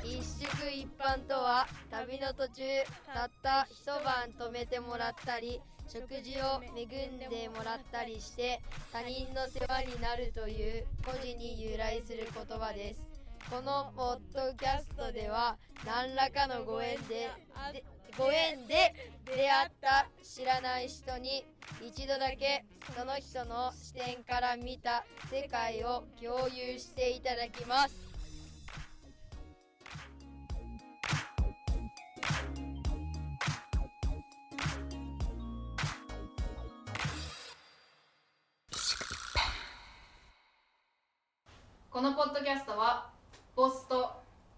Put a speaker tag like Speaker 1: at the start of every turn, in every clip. Speaker 1: く一般とは旅の途中たった一晩泊めてもらったり食事を恵んでもらったりして他人の世話になるという故事に由来する言葉ですこのポッドキャストでは何らかのご縁ででご縁で出会った知らない人に一度だけその人の視点から見た世界を共有していただきます
Speaker 2: このポッドキャストはボスと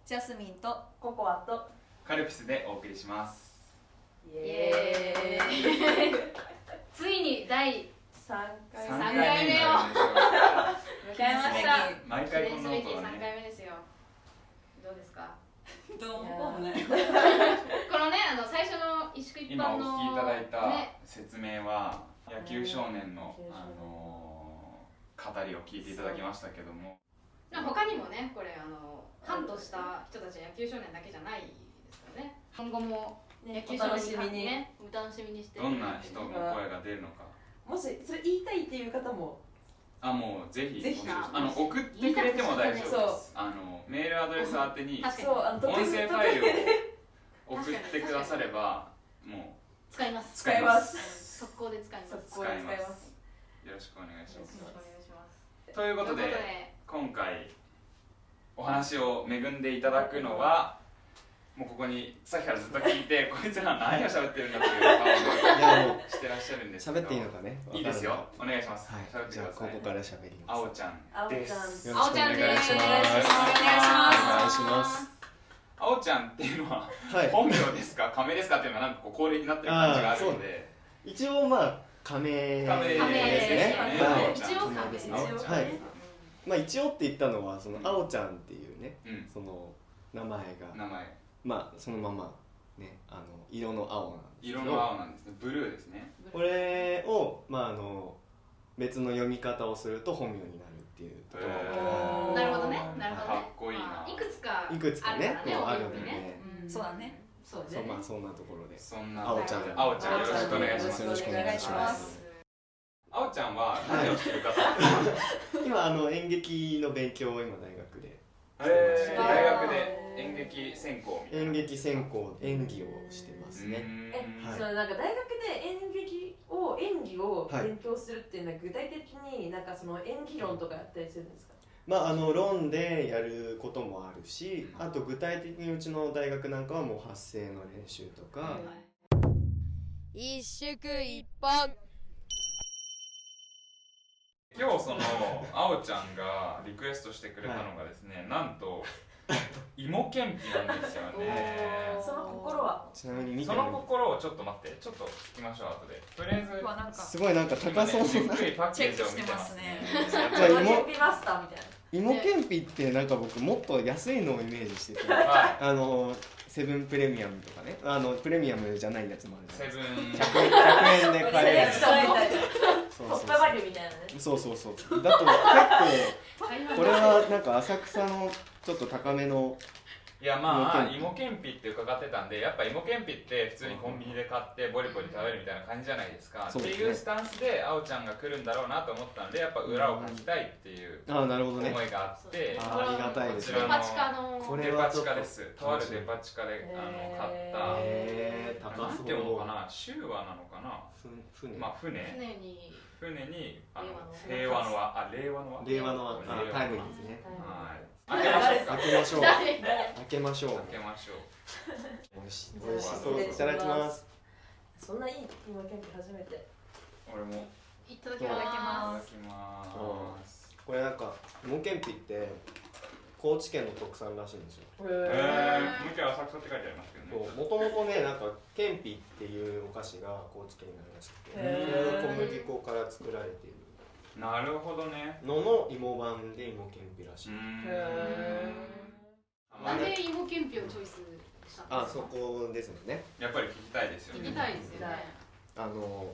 Speaker 3: ジャスミンと
Speaker 4: ココアと
Speaker 5: カルピスでお送りします
Speaker 4: イ
Speaker 2: イエーイ ついに第
Speaker 4: 三回
Speaker 2: 三
Speaker 4: 目
Speaker 2: 回目よ
Speaker 4: 迎
Speaker 3: えました
Speaker 4: い
Speaker 5: 毎
Speaker 2: 記
Speaker 5: 回こ
Speaker 2: 念
Speaker 5: ん
Speaker 2: す
Speaker 5: な
Speaker 2: べ
Speaker 5: こ
Speaker 2: き
Speaker 5: と
Speaker 2: 3
Speaker 5: が
Speaker 2: 回
Speaker 5: ね
Speaker 2: 目ですよどうですか
Speaker 3: どう
Speaker 4: いやー
Speaker 3: もこうもない
Speaker 2: このねあの最初の一宿一
Speaker 5: 今
Speaker 2: 般
Speaker 5: お
Speaker 2: の
Speaker 5: 聞きいただい
Speaker 2: ね
Speaker 5: た説明は野球少年の
Speaker 4: 野球少年
Speaker 5: あのー語りを聞いていただきましたけども
Speaker 2: なんか他にもねこれあのハントした人たちは野球少年だけじゃないですからね今後も野
Speaker 4: ね
Speaker 2: 球
Speaker 3: お
Speaker 2: 少
Speaker 3: 楽
Speaker 2: 年
Speaker 3: し
Speaker 2: に
Speaker 3: みに
Speaker 2: ねお楽しみにして
Speaker 5: どんな人の声が出るのか
Speaker 4: もしそれ言いたいっていう方も
Speaker 5: あもうぜひ
Speaker 4: ぜひ
Speaker 5: あの送ってくれても大丈夫ですあのメールアドレス宛てに
Speaker 2: 確かに
Speaker 4: そうあの
Speaker 5: 音
Speaker 4: 特
Speaker 5: 声
Speaker 4: 別
Speaker 5: ファイル
Speaker 4: 特
Speaker 5: を送ってくださればも
Speaker 2: 使いま
Speaker 5: う
Speaker 2: す
Speaker 5: 使います
Speaker 2: 速攻で使いますよろしく
Speaker 4: 速攻で使います
Speaker 5: よろしくお願いします
Speaker 2: お願いします
Speaker 5: ということ
Speaker 2: という
Speaker 5: で今回お話を恵んでいただくのはもうここにさっきからずっと聞いて こいつら何を喋ってるんだという
Speaker 6: い
Speaker 5: 顔
Speaker 6: やもう
Speaker 5: をしてらっしゃるんですけど
Speaker 6: 喋っていいのかね。
Speaker 5: いいです
Speaker 6: わか
Speaker 5: よお願いします
Speaker 6: らな
Speaker 5: 喋
Speaker 6: い。は
Speaker 5: ってください
Speaker 6: い。じゃあここから喋ります。
Speaker 5: あおちゃんです
Speaker 4: あおちゃん
Speaker 6: よ
Speaker 2: あおちゃんで
Speaker 5: よ
Speaker 2: ーす
Speaker 5: ろしくお願いし
Speaker 2: お願い
Speaker 6: お願い
Speaker 2: し
Speaker 6: し
Speaker 2: ま
Speaker 6: ますす
Speaker 5: あおちゃんっていうのは
Speaker 6: は
Speaker 5: 本名ですか仮名ですかっていうのはなんかこう恒例になってる感じがあるので
Speaker 6: い。一応まあ仮名ですね。
Speaker 5: 仮名です
Speaker 2: よね
Speaker 6: はい。
Speaker 2: 一応
Speaker 6: 仮
Speaker 2: 仮名
Speaker 6: 名です
Speaker 2: 一
Speaker 6: ね。
Speaker 2: 応ね
Speaker 5: あおちゃん
Speaker 6: はい。まあ一応って言ったのはその
Speaker 5: うん
Speaker 6: あおちゃんっていうね、
Speaker 5: うん
Speaker 6: その名前が
Speaker 5: 名前
Speaker 6: まあそのままねあの色の青なんですけど
Speaker 5: 色の青なんですねブルーですね
Speaker 6: これをまああの別の読み方をすると本名になるっていうところ
Speaker 4: おー
Speaker 2: なるほどねなるほどね
Speaker 5: かっこいいな
Speaker 2: まあいくつか
Speaker 6: いくつかね
Speaker 2: ある
Speaker 6: こう
Speaker 2: からね
Speaker 6: ある
Speaker 2: お
Speaker 6: んで
Speaker 2: 店ね
Speaker 6: ね
Speaker 2: ん
Speaker 3: そうだね
Speaker 4: そう
Speaker 6: そうま
Speaker 4: ね
Speaker 6: あそんなところです。
Speaker 5: そんな
Speaker 6: あおちゃん
Speaker 5: あおちゃんよろしくお願いします
Speaker 6: よろしくお願いします
Speaker 5: あおちゃんは何をしてるかと、
Speaker 6: 今あの演劇の勉強を今大学で
Speaker 5: えー
Speaker 4: あー
Speaker 5: 大学で演劇専攻みたいな
Speaker 6: 演劇専攻演技をしてます
Speaker 5: う
Speaker 6: ね、
Speaker 5: ーん
Speaker 4: え、
Speaker 6: はい
Speaker 4: そのなんか大学で演劇を演技を
Speaker 6: はい
Speaker 4: 勉強するっていうのは具体的になんかその演技論とかやったりするんですか、
Speaker 6: まああの論でやることもあるしあと具体的にうちの大学なんかはもう発声の練習とか、
Speaker 1: 一宿一般
Speaker 5: 今日そのあおちゃんがリクエストしてくれたのがですね、なんと芋けんぴなんですよ ね
Speaker 4: その心は
Speaker 6: ちなみに見て
Speaker 5: そ
Speaker 6: みる
Speaker 5: の心をちょっと待ってちょっと聞きましょう後でとりあえず
Speaker 3: うわなんか
Speaker 6: すごいなんか高そう
Speaker 5: 今ねじっ
Speaker 6: な
Speaker 5: くりパッケージを見てます ね
Speaker 3: チェック
Speaker 6: じゃあ芋
Speaker 4: ケンピマスターみたい
Speaker 6: 芋けんぴってなんか僕もっと安いのをイメージしてて
Speaker 5: は
Speaker 6: あのセブンプレミアムとかねあのプレミアムじゃないやつもある
Speaker 5: い
Speaker 6: じゃ
Speaker 5: セ
Speaker 6: ないです
Speaker 5: ブ
Speaker 6: か
Speaker 5: ン
Speaker 6: 100
Speaker 4: な
Speaker 6: 円で買え るや
Speaker 4: セ
Speaker 6: つ
Speaker 4: レクトみたいな
Speaker 6: そう
Speaker 4: コ
Speaker 6: そう
Speaker 4: スパバリューみたいなね
Speaker 6: そうそうそうそうだと結構こ
Speaker 2: こ
Speaker 6: れはなんか浅草のちょっと高めの
Speaker 5: いやまあ
Speaker 6: 芋
Speaker 5: 芋けんぴって伺ってたんでやっぱ芋けんぴって普通にコンビニで買ってボリボリ食べるみたいな感じじゃないですか
Speaker 6: そう
Speaker 5: っ
Speaker 6: で
Speaker 5: て
Speaker 6: すね
Speaker 5: いうスタンスであおちゃんが来るんだろうなと思ったんでやっぱ裏を書きたいっていう
Speaker 6: ああなるほど
Speaker 5: 思
Speaker 6: ね
Speaker 5: いがあって
Speaker 6: あーありがたいですね
Speaker 2: デパ地下の
Speaker 6: これ
Speaker 5: デパ地下ですとあ
Speaker 6: 楽
Speaker 5: る
Speaker 6: しみ
Speaker 5: デパ地下で
Speaker 4: へー
Speaker 5: あの買っ
Speaker 6: へえ
Speaker 5: たなんていうのかな州和なのかな
Speaker 6: ふ船、
Speaker 5: まあ船
Speaker 2: 船に
Speaker 5: 船にあの
Speaker 2: 令
Speaker 5: 令
Speaker 2: 和
Speaker 5: 和の和あ令和の和
Speaker 6: 令和のあ
Speaker 5: 令和
Speaker 6: タイムリーですね
Speaker 5: はい開けましょうか
Speaker 6: 開けまし
Speaker 2: 誰
Speaker 6: ょう開けましょう
Speaker 5: 開けましょう
Speaker 6: 美味しい
Speaker 4: じゃあ
Speaker 6: 美味しそういただきます
Speaker 4: そんないい芋けんぴ初めて
Speaker 5: 俺もい
Speaker 2: いただき
Speaker 6: いただ
Speaker 5: ただ
Speaker 2: ます
Speaker 5: きます
Speaker 6: これなんか芋けんぴって高知県の特産らしいんですよ
Speaker 5: えー、もう一回浅草って書いてありますけど
Speaker 6: も
Speaker 5: ね。
Speaker 6: ともとねなんかけんぴっていうお菓子が高知県にあるらしくて
Speaker 4: へ
Speaker 6: それ
Speaker 4: ー
Speaker 6: を小麦粉から作られている
Speaker 5: なるほどね。
Speaker 6: のの芋版で芋けんぴらし
Speaker 5: う
Speaker 6: い、
Speaker 5: ーん。
Speaker 2: なんで芋けんぴをチョイスしたんですか
Speaker 6: あそこですよね
Speaker 5: やっぱり聞きたいですよ
Speaker 2: 聞
Speaker 5: ね。
Speaker 2: きたいですよね
Speaker 6: あの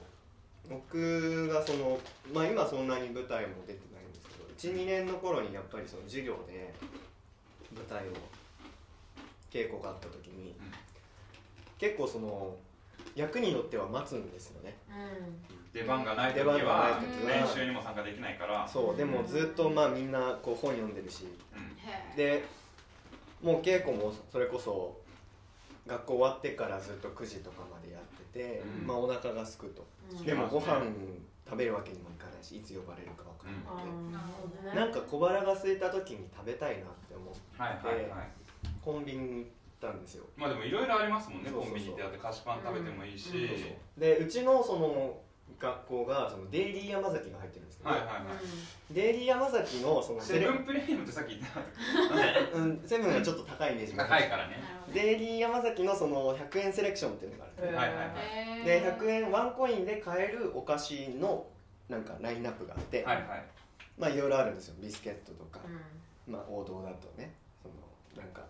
Speaker 6: 僕がそのまあ今そんなに舞台も出てないんですけど12年の頃にやっぱりその授業で舞台を稽古があった時に、結構その役によっては待つんですよね
Speaker 5: 出番がない時
Speaker 6: 出番が
Speaker 5: は
Speaker 6: ない
Speaker 2: 時は
Speaker 5: 練習にも参加できないから、
Speaker 6: そうでもずっとまあみんなこう本読んでるし
Speaker 5: うん
Speaker 2: へえ
Speaker 6: でもう稽古もそれこそ学校終わってからずっと9時とかまでやってて、
Speaker 5: うん
Speaker 6: まあお腹が空くと、
Speaker 5: うん
Speaker 6: でもご飯食べるわけにもいかないしいつ呼ばれるかわからなくて、なんか小腹が空いた時に食べたいなって思って
Speaker 5: はいはいはい
Speaker 6: コンビニに行ったんですよ
Speaker 5: まあでもいろいろありますもんね
Speaker 6: そう
Speaker 5: コ
Speaker 6: そうそう
Speaker 5: ンビニってだって菓子パン食べてもいいし、
Speaker 4: うん
Speaker 6: そうそうでうちのその学校がそのデイリー山崎が入ってるんですけど、
Speaker 5: はいはいはい、
Speaker 6: デイリー山崎のその
Speaker 5: セブン
Speaker 6: レ
Speaker 5: プレミアムってさっき言ってなかっ
Speaker 6: うんセブンがちょっと高いイメージ
Speaker 5: た
Speaker 6: が
Speaker 5: 高いからね
Speaker 2: なるほどね
Speaker 6: デイリー山崎のその100円セレクションっていうのがある、
Speaker 5: はいはいは
Speaker 2: へえ
Speaker 6: で100円ワンコインで買えるお菓子のなんかラインナップがあって、
Speaker 5: はいはい
Speaker 6: まあいろいろあるんですよビスケットとか、まあ王道だとねそのなんか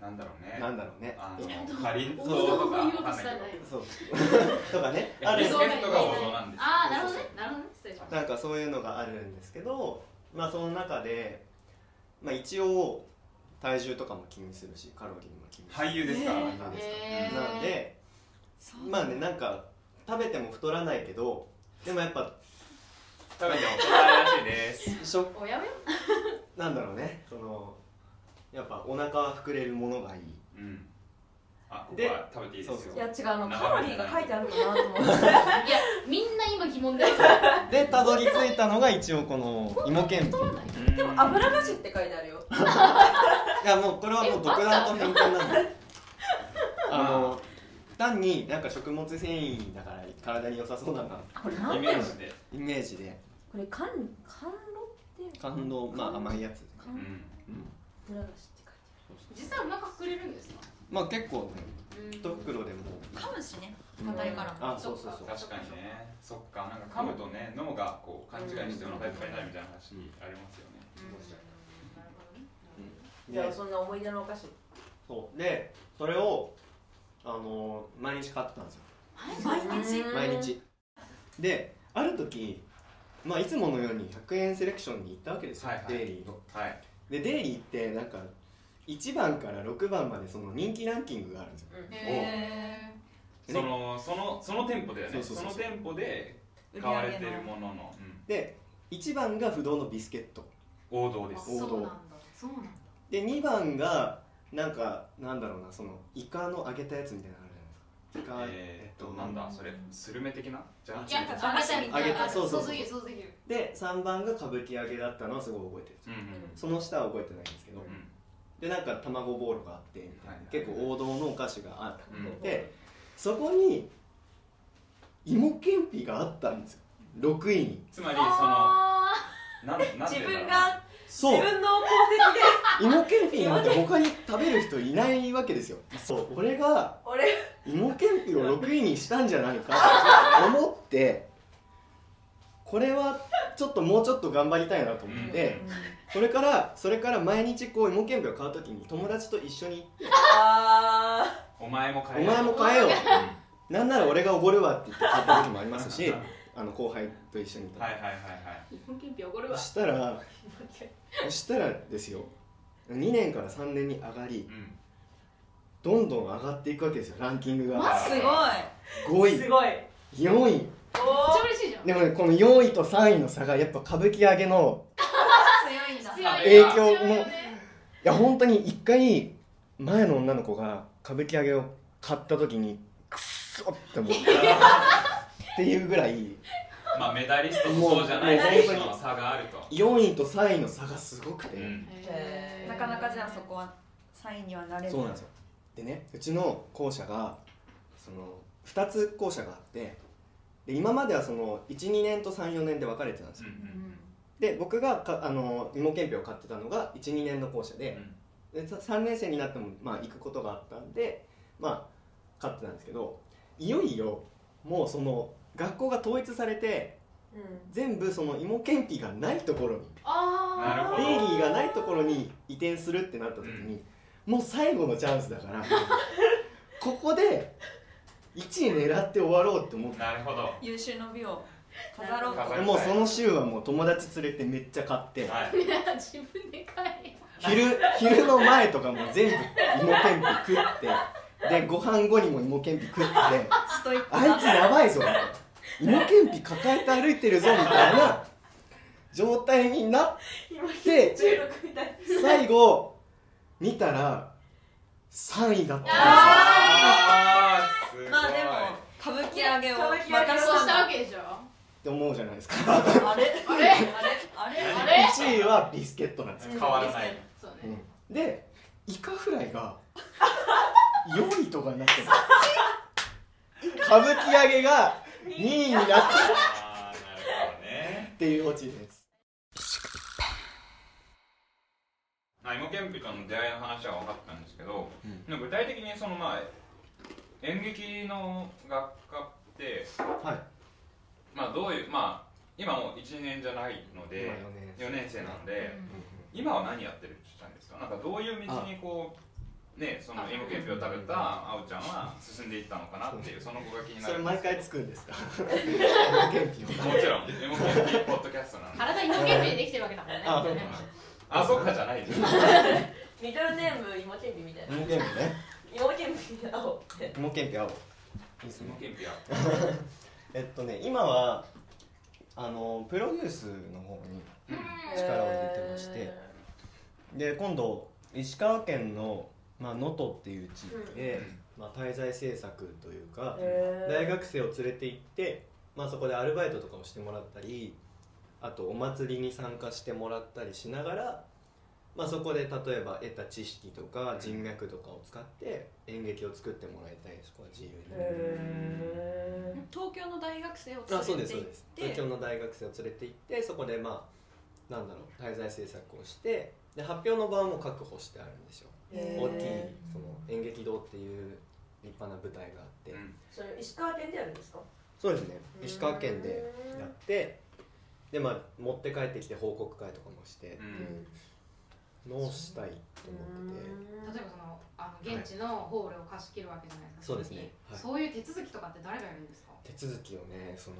Speaker 5: なんだろうね
Speaker 6: なんだろうね
Speaker 5: あ
Speaker 6: いや
Speaker 5: のかりんとう
Speaker 2: 王道
Speaker 5: と
Speaker 2: を
Speaker 5: か
Speaker 2: 言お
Speaker 5: わ
Speaker 2: うと
Speaker 5: かん
Speaker 2: し
Speaker 5: ない
Speaker 2: た
Speaker 5: け
Speaker 2: んだ
Speaker 5: ど
Speaker 2: 今
Speaker 6: そう とかね
Speaker 5: いや
Speaker 6: ある
Speaker 5: ビ
Speaker 6: んです
Speaker 5: ス
Speaker 6: よ
Speaker 5: ケットが王道なんですよ
Speaker 2: ああなるほどねなるほどね失礼しました
Speaker 6: なんかそういうのがあるんですけど、まあ、その中で、まあ、一応体重とかも気にするしカロリーも気にする
Speaker 5: 俳優ですから、
Speaker 3: ね
Speaker 6: 俳優です
Speaker 2: へ
Speaker 6: からなんで
Speaker 3: そう
Speaker 6: まあねなんか食べても太らないけどでもやっぱ
Speaker 5: 食べても答えらしいです
Speaker 6: 食
Speaker 2: おやおや
Speaker 6: なんだろうねそのやっぱお腹は膨れるものがいい
Speaker 5: うんあここ
Speaker 6: で
Speaker 5: は食べていいですよ
Speaker 6: そう
Speaker 4: いや違うあのカロリーが書いてあるのかなと思って
Speaker 2: いやみんな今疑問 です
Speaker 6: でたどり着いたのが一応この芋けんぴい
Speaker 5: うん
Speaker 4: 油菓子って書いてあるよ
Speaker 6: やもうこれはもう独断と偏見なんであの単になんか食物繊維だから体に良さそうだな
Speaker 4: これなん
Speaker 5: イメージで、
Speaker 6: イメージで
Speaker 4: これ甘甘露って
Speaker 6: 感動まあ甘いやつ、
Speaker 5: う
Speaker 4: 甘
Speaker 5: ん
Speaker 4: 露油菓子って
Speaker 2: 実際お腹膨れるんですか
Speaker 6: まあ結構ね
Speaker 2: うん
Speaker 6: 一袋でも
Speaker 3: 噛むしね硬いから
Speaker 6: あそうそうそう
Speaker 5: 確かにねそっかなんか噛むとね脳がこう勘違いしてお腹いっぱいになるみたいな話ありますよね、
Speaker 2: うんなる
Speaker 4: 書いてあるじゃ
Speaker 6: で
Speaker 4: あそんな思い出のお菓子
Speaker 6: そうでそれをあのー毎日買ってたんですよ
Speaker 3: 毎日
Speaker 4: うん
Speaker 6: 毎日である時まあいつものように100円セレクションに行ったわけですよ、
Speaker 5: はいはい
Speaker 6: デイリーの
Speaker 5: はい
Speaker 6: でデイリーってなんか1番から6番までその人気ランキングがあるんですよ
Speaker 2: ほどねへえ
Speaker 6: ね
Speaker 5: そのそのその店舗だよね
Speaker 6: そうそうそうそう
Speaker 5: の店舗で買われてるものの、
Speaker 6: で1番が不動のビスケット
Speaker 5: うん王道です
Speaker 6: 王道
Speaker 2: そうなんだそうなんだ
Speaker 6: で2番がなんかなんだろうなそのイカの揚げたやつみたいなのあるじゃない
Speaker 5: え
Speaker 6: ですかイカ
Speaker 5: ー、っとなんだそれスルメ的なじゃ
Speaker 2: い
Speaker 5: あ
Speaker 2: やあげたみたいな
Speaker 6: あげたそうそうそ
Speaker 2: 想像で
Speaker 6: う
Speaker 2: きる想像できる
Speaker 6: で3番が歌舞伎揚げだったのはすごい覚えてる
Speaker 5: うんうん
Speaker 6: その下は覚えてないんですけど、
Speaker 5: うん
Speaker 6: でなんか卵ボールがあってみたいな
Speaker 5: はいはい
Speaker 6: 結構王道のお菓子があって、
Speaker 5: うん
Speaker 6: でそこに芋けんぴがあったんですよ6位に
Speaker 5: つまりその
Speaker 2: あ
Speaker 5: なんなんて
Speaker 4: 自
Speaker 5: 言う
Speaker 4: 分
Speaker 5: んだろう
Speaker 4: が
Speaker 6: そ
Speaker 4: 自
Speaker 6: う
Speaker 4: 分の功績で
Speaker 6: 芋けんぴなんて他に食べる人いないわけですよそう俺が
Speaker 4: 俺
Speaker 6: 芋けんぴを6位にしたんじゃないかと思ってこれはちょっともうちょっと頑張りたいなと思って、これからそれから毎日こう芋けんぴを買う時に友達と一緒に
Speaker 4: あ
Speaker 5: お前も
Speaker 6: 「
Speaker 5: 買
Speaker 6: お
Speaker 5: えよ
Speaker 6: 前も買えよ」
Speaker 5: うん
Speaker 6: なんなら俺がおごるわって言って買った時もありますしあの後輩と一緒にいた
Speaker 5: はいはいはい
Speaker 2: ー日本憲兵おごる
Speaker 6: そ
Speaker 2: わ
Speaker 6: したらそしたらですよ2年から3年に上がり
Speaker 5: は
Speaker 6: どんどん上がっていくわけですよランキング
Speaker 5: マ
Speaker 6: が
Speaker 5: ジ
Speaker 3: ーすごい
Speaker 4: ー
Speaker 6: 5
Speaker 4: すごい
Speaker 6: 位4位
Speaker 4: お
Speaker 2: めっちゃ
Speaker 4: お
Speaker 2: 嬉しいじゃん
Speaker 6: でもねこの4位と3位の差がやっぱ歌舞伎揚げの
Speaker 3: 強いんだ
Speaker 2: 強い
Speaker 6: 影響も
Speaker 2: 強いよね
Speaker 6: いや本当に一回前の女の子が歌舞伎揚げを買った時にクソって思ってっていうぐらい
Speaker 5: いまあメダリストとそうじゃない選手の差があると
Speaker 6: 4位と3位の差がすごくて、
Speaker 5: うん
Speaker 2: へー
Speaker 3: なかなかじゃあそこはサインにはなれ
Speaker 6: そうなんですよでねうちの校舎がその2つ校舎があってで今まではその12年と34年で分かれてたんです
Speaker 5: う
Speaker 6: よ、
Speaker 5: ん
Speaker 6: で僕がかあの芋けんぴを買ってたのが12年の校舎
Speaker 5: う
Speaker 6: で,、
Speaker 5: ん
Speaker 6: でさ3年生になっても、まあ、行くことがあったんでまあ買ってたんですけどいよいよもうその学校が統一されて
Speaker 4: うん
Speaker 6: 全部その芋けんぴがないところに
Speaker 5: なる
Speaker 2: あ
Speaker 5: ほ
Speaker 6: デイ
Speaker 5: ど
Speaker 6: リーがないところに移転するってなった時に、もう最後のチャンスだから ここで1位狙って終わろうって思っ
Speaker 5: なるほど
Speaker 3: 優秀の美を飾ろうと
Speaker 5: 飾
Speaker 6: てもうその週はもう友達連れてめっちゃ買って
Speaker 5: はい
Speaker 2: ー自分で買えよ
Speaker 6: 昼昼の前とかも全部芋けんぴ食ってでご飯後にも芋けんぴ食って
Speaker 3: ストイック
Speaker 6: あいつやばいぞみたいな芋けんぴ抱えて歩いてるぞみたいな状態になっ
Speaker 4: 今
Speaker 6: て
Speaker 4: 16みたい
Speaker 6: 最後見たら3位だったんですよ
Speaker 5: あーすごい
Speaker 3: まあでも歌舞伎揚げを任せ
Speaker 2: ま
Speaker 3: た
Speaker 2: た
Speaker 3: ん
Speaker 2: そうしたわ
Speaker 3: だ
Speaker 2: けでしょ
Speaker 6: って思うじゃないですか
Speaker 3: あれあれあれ
Speaker 2: あ
Speaker 3: あ
Speaker 2: れ
Speaker 6: 1位はビスケットなんです
Speaker 5: 変
Speaker 6: よ、
Speaker 5: わらない
Speaker 2: そう
Speaker 6: う
Speaker 2: ね
Speaker 6: んでイカフライが4位とかになってる歌舞伎揚げが2位になったっ
Speaker 5: あーなるほどね
Speaker 6: ていうオチです
Speaker 5: まあ芋けんぴとの出会いの話は分かったんですけど、
Speaker 6: うん
Speaker 5: でも具体的にそのまあ演劇の学科って
Speaker 6: はい
Speaker 5: まあどういうまあ今もう1年じゃないの
Speaker 6: 今
Speaker 5: で4年生なので、
Speaker 3: れ
Speaker 5: 今は何やってるって言ったんですかなんかどういう道にこうねその芋けんぴを食べたあおちゃんは進んでいったのかなっていうその子が気にな
Speaker 6: それ
Speaker 5: る
Speaker 6: 毎回つくんです か芋けんぴを
Speaker 5: もちろん芋けんぴポッドキャストなんで
Speaker 2: 体芋けんぴでできてるわけだもんね
Speaker 6: あ
Speaker 2: みんなね
Speaker 5: あそっかじゃないです
Speaker 4: ミドルネーム芋けんぴみたいな
Speaker 6: 芋けんぴね
Speaker 4: 芋けんぴだおって
Speaker 6: 芋けんぴ青いいですね
Speaker 5: 芋けんぴは
Speaker 6: えっとね今はあのプロデュースの方に力を入れてまして、で今度石川県のまあ能登、っていう地域で、まあ、滞在政策というか、大学生を連れて行って、まあ、そこでアルバイトとかもしてもらったりあとお祭りに参加してもらったりしながら、まあ、そこで例えば得た知識とか人脈とかを使って演劇を作ってもらいたいそこは自由に。
Speaker 3: 東京の大学生を
Speaker 6: あそう
Speaker 3: 連れて
Speaker 6: ですそ
Speaker 3: 行っ
Speaker 6: うです東京
Speaker 3: て
Speaker 6: の大学生を連れて行ってそこでまあなんだろう滞在制作をしてで発表の場も確保してあるんですよ
Speaker 4: へー
Speaker 6: 大きいその演劇堂っていう立派な舞台があって、
Speaker 5: うん
Speaker 4: それ石川県でやるんですか
Speaker 6: そうですね石川県でやってでまあ持って帰ってきて報告会とかもして
Speaker 5: うん
Speaker 6: のをしたいと思ってて
Speaker 2: 例えばそのあの現地のホールを貸し切るわけじゃないですか
Speaker 6: そうですねはい
Speaker 2: そういう手続きとかって誰がやるんですか
Speaker 6: 手続きをねその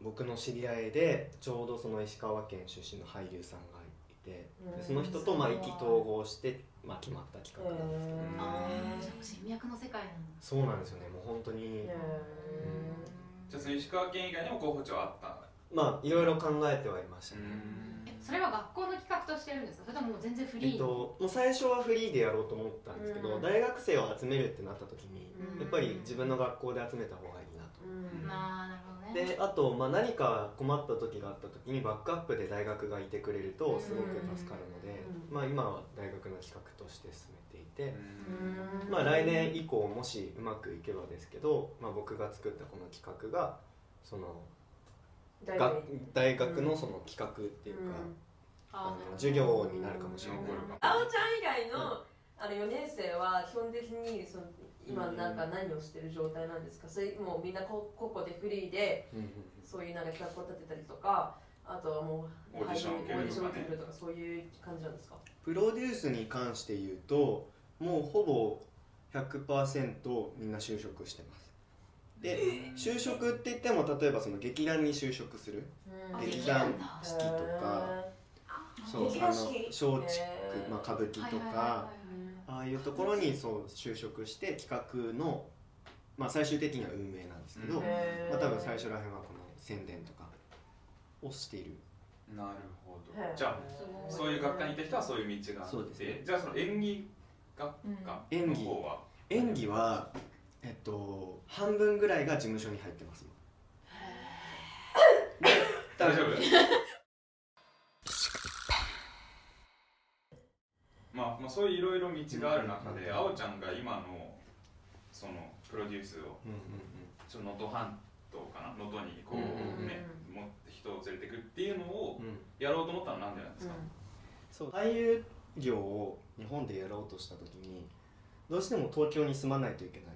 Speaker 6: 僕の知り合いでちょうどその石川県出身の俳優さんがいて
Speaker 4: うん
Speaker 6: でその人とまあ意気投合して、まあ、決まった企画なんですけど、
Speaker 5: うん
Speaker 2: あーじゃあ人脈の世界なの
Speaker 6: そうなんですよねもう本当に、
Speaker 5: じゃあその石川県以外にも候補地はあった
Speaker 6: まあいろいろ考えてはいましたね、
Speaker 2: えそれは学校の企画としてやるんですかそれとももう全然フ
Speaker 6: え
Speaker 2: リー
Speaker 6: っと、もう最初はフリーでやろうと思ったんですけど、
Speaker 4: うん
Speaker 6: 大学生を集めるってなった時に
Speaker 4: うん
Speaker 6: やっぱり自分の学校で集めた方がいいなと。
Speaker 2: まあなるほどね
Speaker 6: であと、まあ、何か困った時があった時にバックアップで大学がいてくれるとすごく助かるので、
Speaker 4: う
Speaker 6: まあ、今は大学の企画として進めていて、
Speaker 4: うん
Speaker 6: まあ、来年以降もしうまくいけばですけど、まあ、僕が作ったこの企画がその
Speaker 4: 大
Speaker 6: が
Speaker 4: 学
Speaker 6: 大学のその企画っていうか、あ
Speaker 2: あーなるほ
Speaker 6: の
Speaker 2: ど
Speaker 6: 授業になるかもしれない。
Speaker 4: あおちゃん以外のあの4年生は基本的にその今なんか何をしてる状態なんですかそれもうみんなこ個々でフリーで
Speaker 6: うんうんうん
Speaker 4: そういうなんか企画を立てたりとかあとはもう
Speaker 5: オーディションを受ける
Speaker 4: オ
Speaker 5: とかね
Speaker 4: ーディションを受けるとかそういう感じなんですか
Speaker 6: プロデュースに関して言うともうほぼ100%みんな就職してますで就職って言っても例えばその劇団に就職する
Speaker 2: あ
Speaker 6: 劇
Speaker 2: 劇
Speaker 6: 団
Speaker 2: 団だ
Speaker 6: 四季とかそう
Speaker 4: 劇
Speaker 6: あの
Speaker 4: 団四季
Speaker 6: 松竹
Speaker 4: へー
Speaker 6: まあ歌舞伎と
Speaker 2: はいはい
Speaker 6: か
Speaker 2: はいはい
Speaker 6: ああいうところにそう就職して企画のまあ最終的には運営なんですけど、
Speaker 5: うん
Speaker 6: ま
Speaker 4: へー
Speaker 6: あ、多分最初らへんはこの宣伝とかをしている
Speaker 5: なるほど
Speaker 4: へー
Speaker 5: じゃあそういう学科にいた人はそういう道があって
Speaker 6: そうですね
Speaker 5: じゃあその演技
Speaker 3: うん
Speaker 5: 科
Speaker 6: 演
Speaker 5: の
Speaker 6: 技
Speaker 5: 方は
Speaker 6: 演技はえっと半分ぐらいが事務所に入ってます
Speaker 5: 大丈夫まあ、まあそういういろいろ道がある中で、
Speaker 6: うん
Speaker 5: あおちゃんが今のそのプロデュースを
Speaker 6: うんうん
Speaker 5: ちょっと能登半島かな能登にこ
Speaker 6: うん
Speaker 5: う
Speaker 4: うん
Speaker 5: ね、も人を連れてくっていうのを
Speaker 6: うんうん
Speaker 5: やろうと思ったのはなんでなんですか、
Speaker 6: そう俳優業を日本でやろうとした時にどうしても東京に住まないといけない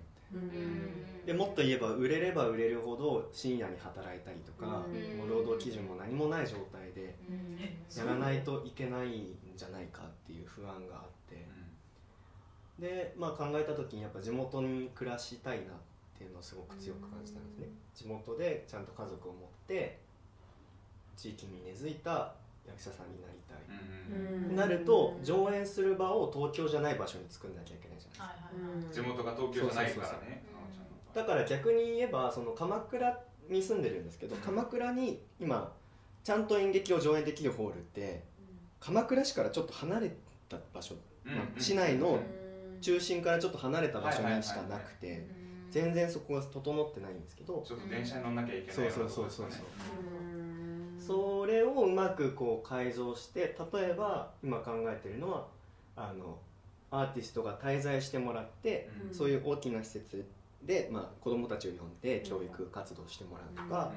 Speaker 6: でもっと言えば売れれば売れるほど深夜に働いたりとか、
Speaker 2: うん
Speaker 6: もう労働基準も何もない状態でやらないといけないんじゃないかっていう不安があってで、まあ、考えた時にやっぱ地元に暮らしたいなっていうのをすごく強く感じたんですね地元でちゃんと家族を持って地域に根付いた役者さんになりたい、
Speaker 5: うん
Speaker 4: うん
Speaker 6: なると上演する場を東京じゃない場所に作んなきゃいけないじゃないですか、
Speaker 4: うん
Speaker 5: 地元が東京じゃないから
Speaker 6: そうそう
Speaker 5: ね
Speaker 6: だから逆に言えばその鎌倉に住んでるんですけど鎌倉に今ちゃんと演劇を上演できるホールって鎌倉市からちょっと離れた場所、まあ市内の
Speaker 4: うん
Speaker 6: 中心からちょっと離れた場所にしかなくて、全然そこが整ってないんですけど、
Speaker 5: ちょっと電車に乗んなきゃいけないよなとこですよね
Speaker 6: そうそうそうそう
Speaker 4: うん
Speaker 6: それをうまくこう改造して例えば今考えてるのはあのアーティストが滞在してもらって、
Speaker 5: うん
Speaker 6: そういう大きな施設で、まあ、子どもたちを呼んで教育活動してもらうとか、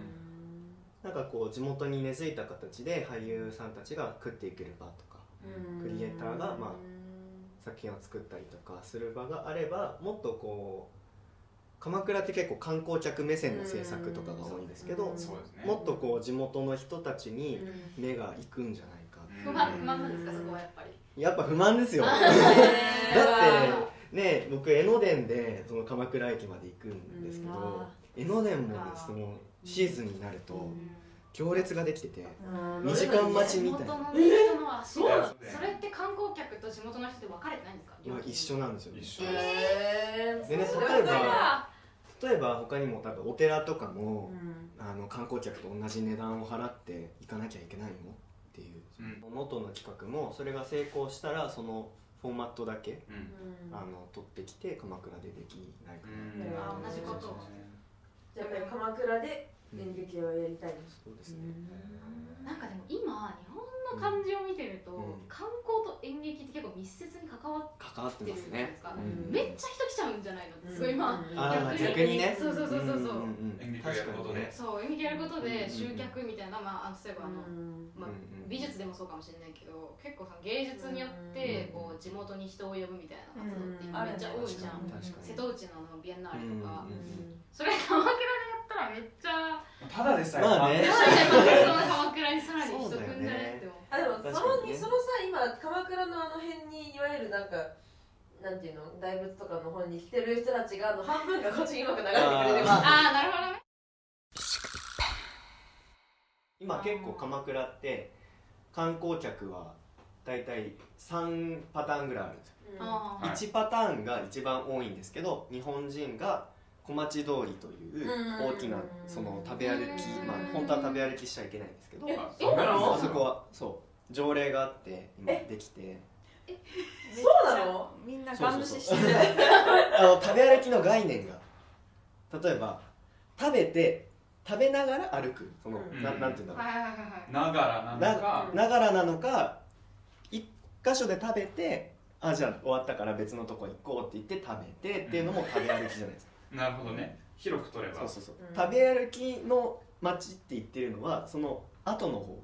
Speaker 6: なんかこう地元に根付いた形で俳優さんたちが食っていける場とか
Speaker 4: うん
Speaker 6: クリエイターがま作品を作ったりとかする場があればもっとこう鎌倉って結構観光客目線の制作とかが多いんですけど、
Speaker 4: うん
Speaker 5: そうですね
Speaker 6: もっとこう地元の人たち
Speaker 4: う
Speaker 6: に
Speaker 4: ん
Speaker 6: 目が行くんじゃないか、
Speaker 5: うん
Speaker 2: 不満不満なんですかそこはやっぱり
Speaker 6: やっぱ不満ですよ
Speaker 3: え
Speaker 6: だって
Speaker 2: あ
Speaker 6: ね僕江ノ電でその鎌倉駅まで行くんですけ
Speaker 4: うん
Speaker 6: ど
Speaker 3: あ
Speaker 6: 江ノ電も
Speaker 2: あー
Speaker 6: そのシーズンになる
Speaker 4: う
Speaker 6: と
Speaker 4: ん
Speaker 6: 行列ができてて
Speaker 4: うん
Speaker 6: 二時間待ち
Speaker 2: 地
Speaker 6: み
Speaker 2: 元
Speaker 6: たいな
Speaker 2: の人の足
Speaker 5: え
Speaker 2: が
Speaker 5: ーそうだよ
Speaker 2: それって観光客と地元の人って分かれてないんですか
Speaker 6: まあ一緒なんですよね
Speaker 5: 一緒です
Speaker 4: えー
Speaker 6: でね
Speaker 4: そう
Speaker 6: 例えば
Speaker 2: あ
Speaker 6: 例えば他にも多分お寺とか
Speaker 4: う
Speaker 6: も、
Speaker 4: ん
Speaker 6: あの観光客と同じ値段を払って行かなきゃいけないのっていう、
Speaker 5: うん
Speaker 6: 元の企画もそれが成功したらそのフォーマットだけ、
Speaker 5: うん
Speaker 6: あの取ってきて鎌倉でできないかなっていう
Speaker 5: うん
Speaker 2: あ同じことを
Speaker 4: じゃあやっぱり鎌倉で演劇をやりたいです
Speaker 6: そうですね、
Speaker 2: なんかでも今日本の感じを見てると、
Speaker 6: うん
Speaker 2: 観光と演劇って結構密接に関わっ
Speaker 6: 関わって
Speaker 2: る
Speaker 6: てま
Speaker 2: じ
Speaker 6: す
Speaker 2: ゃないで
Speaker 6: ね
Speaker 2: すか、
Speaker 4: うん
Speaker 2: めっちゃ人来ちゃうんじゃないのってすごい今、
Speaker 4: うん
Speaker 6: ああ逆にね
Speaker 2: そうそうそうそうそう、
Speaker 6: ん
Speaker 5: 演劇をやることで
Speaker 6: 確か
Speaker 2: そう演劇やること
Speaker 6: うんうんう
Speaker 2: で
Speaker 6: ん
Speaker 2: 集客みたいな、まああの例えばあの、
Speaker 4: うん
Speaker 2: まあ
Speaker 6: うんうん
Speaker 2: 美術でもそうかもしれないけど結構その芸術によってこう地元に人を呼ぶみたいな活動って
Speaker 4: うん
Speaker 2: めっちゃ多いじゃん、
Speaker 6: 確かに確かに
Speaker 2: 瀬戸内のあのビエンナーレとか、
Speaker 6: うん
Speaker 2: それ鎌倉でやったらめっちゃ
Speaker 5: ただでさえ
Speaker 6: まあね
Speaker 2: そうだよねその鎌倉にさらに人来んじゃねって思う
Speaker 4: あでも
Speaker 6: 確かにね
Speaker 4: そのそのさ今鎌倉のあの辺にいわゆるなんかなんていうの大仏とかの方に来てる人たちがあの半分がこっちにうまく流れてくれれば
Speaker 2: ああなるほどね
Speaker 6: 今結構鎌倉って観光客は大体3パターンぐらいあるんですよ
Speaker 2: あ
Speaker 5: はい
Speaker 6: 1パターンが一番多いんですけど日本人が小町通りという
Speaker 4: うん
Speaker 6: 大きなその食べ歩き
Speaker 2: うん
Speaker 6: まあ本当は食べ歩きしちゃいけないんですけど
Speaker 4: え
Speaker 5: あ
Speaker 4: そうなの
Speaker 6: あそこはそう条例があって今できて
Speaker 4: そうなの
Speaker 3: みんな
Speaker 6: ガ
Speaker 3: ガ
Speaker 6: ン
Speaker 3: ン
Speaker 6: 無
Speaker 3: 無
Speaker 6: 視
Speaker 3: 視
Speaker 6: し
Speaker 3: してて
Speaker 6: る
Speaker 3: る
Speaker 6: あの食べ歩きの概念が例えば食べて食べながら歩くその
Speaker 4: うん
Speaker 6: ななんていうんだ
Speaker 2: ー
Speaker 6: ろう
Speaker 2: はいはいはい
Speaker 5: ながらなのか
Speaker 6: ながらなのか一箇所で食べてあじゃあ終わったから別のとこ行こうって言って食べてっていうのも食べ歩きじゃないです
Speaker 5: なるほどね広く取れ
Speaker 6: か、
Speaker 5: ば
Speaker 6: そうそうそう、
Speaker 4: うん
Speaker 6: 食べ歩きの街って言ってるのはその後の方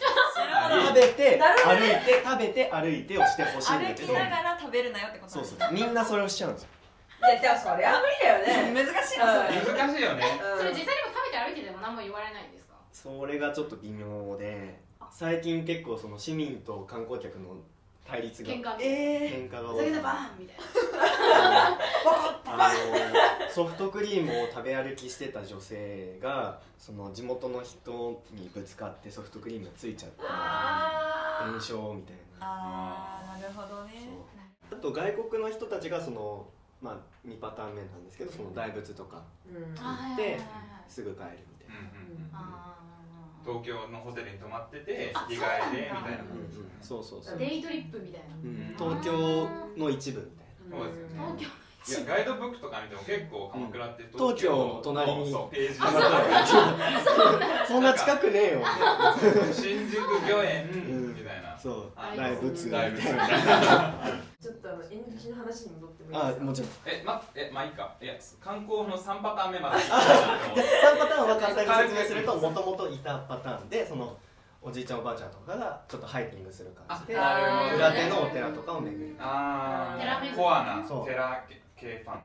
Speaker 6: 食べて
Speaker 4: なるほ
Speaker 6: 歩いて食べて歩いてをしてほしいんだ
Speaker 3: 歩
Speaker 6: け
Speaker 3: き
Speaker 6: ど
Speaker 3: ながら食べるなよってこと
Speaker 6: そ
Speaker 3: な
Speaker 6: うん
Speaker 3: です
Speaker 6: そうみんなそれをしちゃうんですよ
Speaker 4: いやでもそれは無理だよね
Speaker 3: 難しいなそれ
Speaker 5: 難しいよね
Speaker 2: はいそれ実際
Speaker 4: うん
Speaker 2: にも食べて歩いてても何も言われないんですか
Speaker 6: それがちょっと微妙で最近結構その市民と観光客の対立が
Speaker 2: 喧嘩みたい
Speaker 3: ええ
Speaker 6: 喧嘩が
Speaker 2: な
Speaker 6: 多
Speaker 2: そ
Speaker 6: い
Speaker 2: れでバーンみたいな
Speaker 6: あのソフトクリームを食べ歩きしてた女性がその地元の人にぶつかってソフトクリームがついちゃった炎症みたいな
Speaker 3: ああなるほどね
Speaker 6: そうあと外国の人たちがその、まあ、2パターン目なんですけどその大仏とか
Speaker 4: うん
Speaker 2: あーはいはいはいはい
Speaker 6: すぐ帰るみたいな
Speaker 2: あー
Speaker 5: 東京のホテルに泊まってて日帰りでみたいな
Speaker 6: うんうんそうそうそう、
Speaker 2: デイトリップみたいな
Speaker 6: うん、東京の一部みたい
Speaker 5: そ
Speaker 6: な
Speaker 5: うですよね
Speaker 2: 東京
Speaker 5: いやガイドブックとか見ても結構鎌倉って
Speaker 6: 東京の隣に
Speaker 5: そうページ
Speaker 6: あそう そんな近くねえよ
Speaker 5: 新宿御苑
Speaker 6: うん
Speaker 5: みたいな
Speaker 6: そう
Speaker 5: あ
Speaker 6: 大仏みた
Speaker 5: 大
Speaker 6: い
Speaker 5: 仏
Speaker 6: な
Speaker 5: みたいな
Speaker 4: ちょっとあの演劇の話に戻ってもいい
Speaker 6: あ
Speaker 4: ですか
Speaker 6: もちろん
Speaker 5: えまえまあいいかいや観光の三パターン目まで
Speaker 6: で3パターンは簡単に説明するともともといたパターンでそのおじいちゃんおばあちゃんとかがちょっとハイキングする感じで
Speaker 5: あなるほど
Speaker 6: 裏手のお寺とかを巡る
Speaker 5: あ
Speaker 4: テラ
Speaker 5: あ
Speaker 4: メ
Speaker 2: グ
Speaker 5: コアな
Speaker 6: そう
Speaker 5: テラ系ファン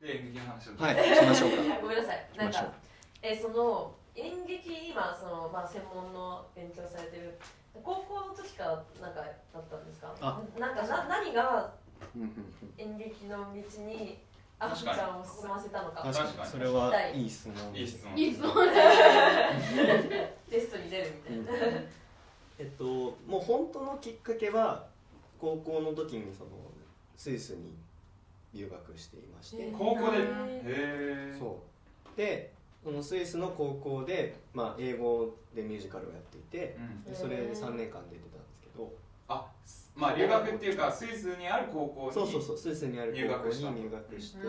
Speaker 5: で演劇の話を
Speaker 6: はいしましょうか
Speaker 4: ごめんなさい
Speaker 6: し
Speaker 4: なん
Speaker 6: ましょう
Speaker 4: かえその演劇今その、まあ、専門の勉強されてる高校の時からなんかだったんですか
Speaker 6: あ
Speaker 4: なんかな何が
Speaker 6: うんうんうん
Speaker 4: 演劇の道にあ
Speaker 5: 確かに
Speaker 4: ちゃんを進ませたのか
Speaker 6: 確
Speaker 5: かに
Speaker 6: かにそれはいい質問
Speaker 5: いい質問
Speaker 2: いい質問
Speaker 4: テストに出るみたいな、
Speaker 6: えっともう本当のきっかけは高校の時にそのスイスに留学していまして、
Speaker 4: えー
Speaker 5: 高校でへ
Speaker 4: うん
Speaker 5: え
Speaker 6: そうでそのスイスの高校で、まあ、英語でミュージカルをやっていて
Speaker 5: う、ん
Speaker 6: でそれ3年間出てたんですけど、
Speaker 5: あまあ留学っていうかスイスにある高校に
Speaker 6: そうそうそうスイスにある高校に入学して
Speaker 4: うん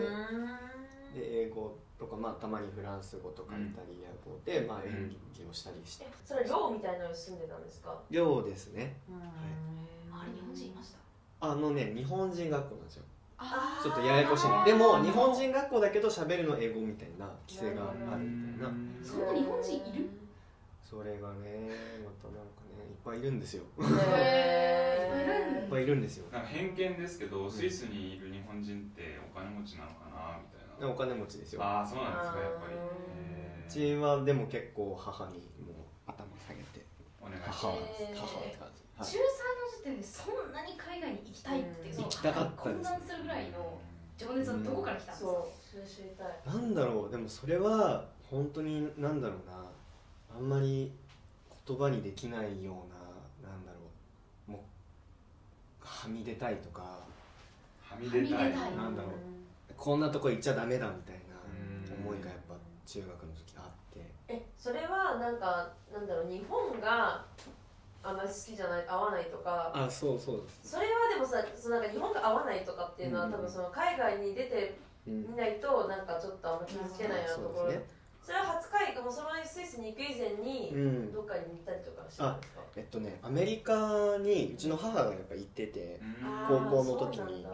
Speaker 6: で英語とか、まあ、たまにフランス語とかイタリア語で、まあ、
Speaker 5: うん
Speaker 6: 演技をしたりして
Speaker 4: えそれ寮みたいなのに住んでたんですか
Speaker 6: 寮ですね
Speaker 2: あれ日本人いました
Speaker 6: あのね日本人学校なんですよ
Speaker 4: あー
Speaker 6: ちょっとややこしいなでも日本人学校だけど喋るの英語みたいな規制があるみたいな
Speaker 2: そんな日本人いる
Speaker 6: それがねまたなんかねいっぱいいるんですよ いっ
Speaker 2: へーいっぱいいるんだ
Speaker 6: ぱいいるんですよ
Speaker 5: なんか偏見ですけどスイスにいる日本人ってお金持ちなのかなみたいな
Speaker 6: お金持ちですよ
Speaker 5: ああそうなんですかやっぱり
Speaker 6: う
Speaker 5: へ
Speaker 6: ち
Speaker 5: え
Speaker 6: はでも結構母にもう頭下げて
Speaker 5: お願いします
Speaker 6: 母は
Speaker 4: えー
Speaker 6: 母はって感
Speaker 2: 中
Speaker 6: じ、
Speaker 2: 3
Speaker 6: は
Speaker 2: の時点でそんなに海外に行きたいっていう
Speaker 4: うん
Speaker 2: その
Speaker 6: 行きたかったです
Speaker 2: 混乱するぐらいの情熱はどこから来たんですか
Speaker 4: そうそれ知りたい
Speaker 6: い、なんだろうでもそれは本当になんだろうなあんまり言葉にできないようななんだろうもうはみ出たいとか
Speaker 5: はみ出
Speaker 2: は
Speaker 5: た
Speaker 2: み
Speaker 5: い
Speaker 2: 出たい
Speaker 6: なんだろうこんなとこ行っちゃダメだみたいな
Speaker 5: うん
Speaker 6: 思いがやっぱ中学の時あって
Speaker 4: えそれはなんかなんだろう日本があんまり好きじゃない合わないとか
Speaker 6: あそうそうです、
Speaker 4: それはでもさそのなんか日本が合わないとかっていうのは、
Speaker 6: うん
Speaker 4: 多分その海外に出て
Speaker 6: うん
Speaker 4: みないとなんかちょっとあんま気づけないようなとこ
Speaker 6: そう
Speaker 4: ろそ,、
Speaker 6: ですね
Speaker 4: れは初海外もうそのスイスに行く以前に、
Speaker 6: うん
Speaker 4: どっかに行ったりとかしたんですか
Speaker 6: えっとねアメリカにうちの母がやっぱ行っててって
Speaker 5: うん
Speaker 6: 高校の時
Speaker 4: あ
Speaker 6: に
Speaker 4: ーそうなんだ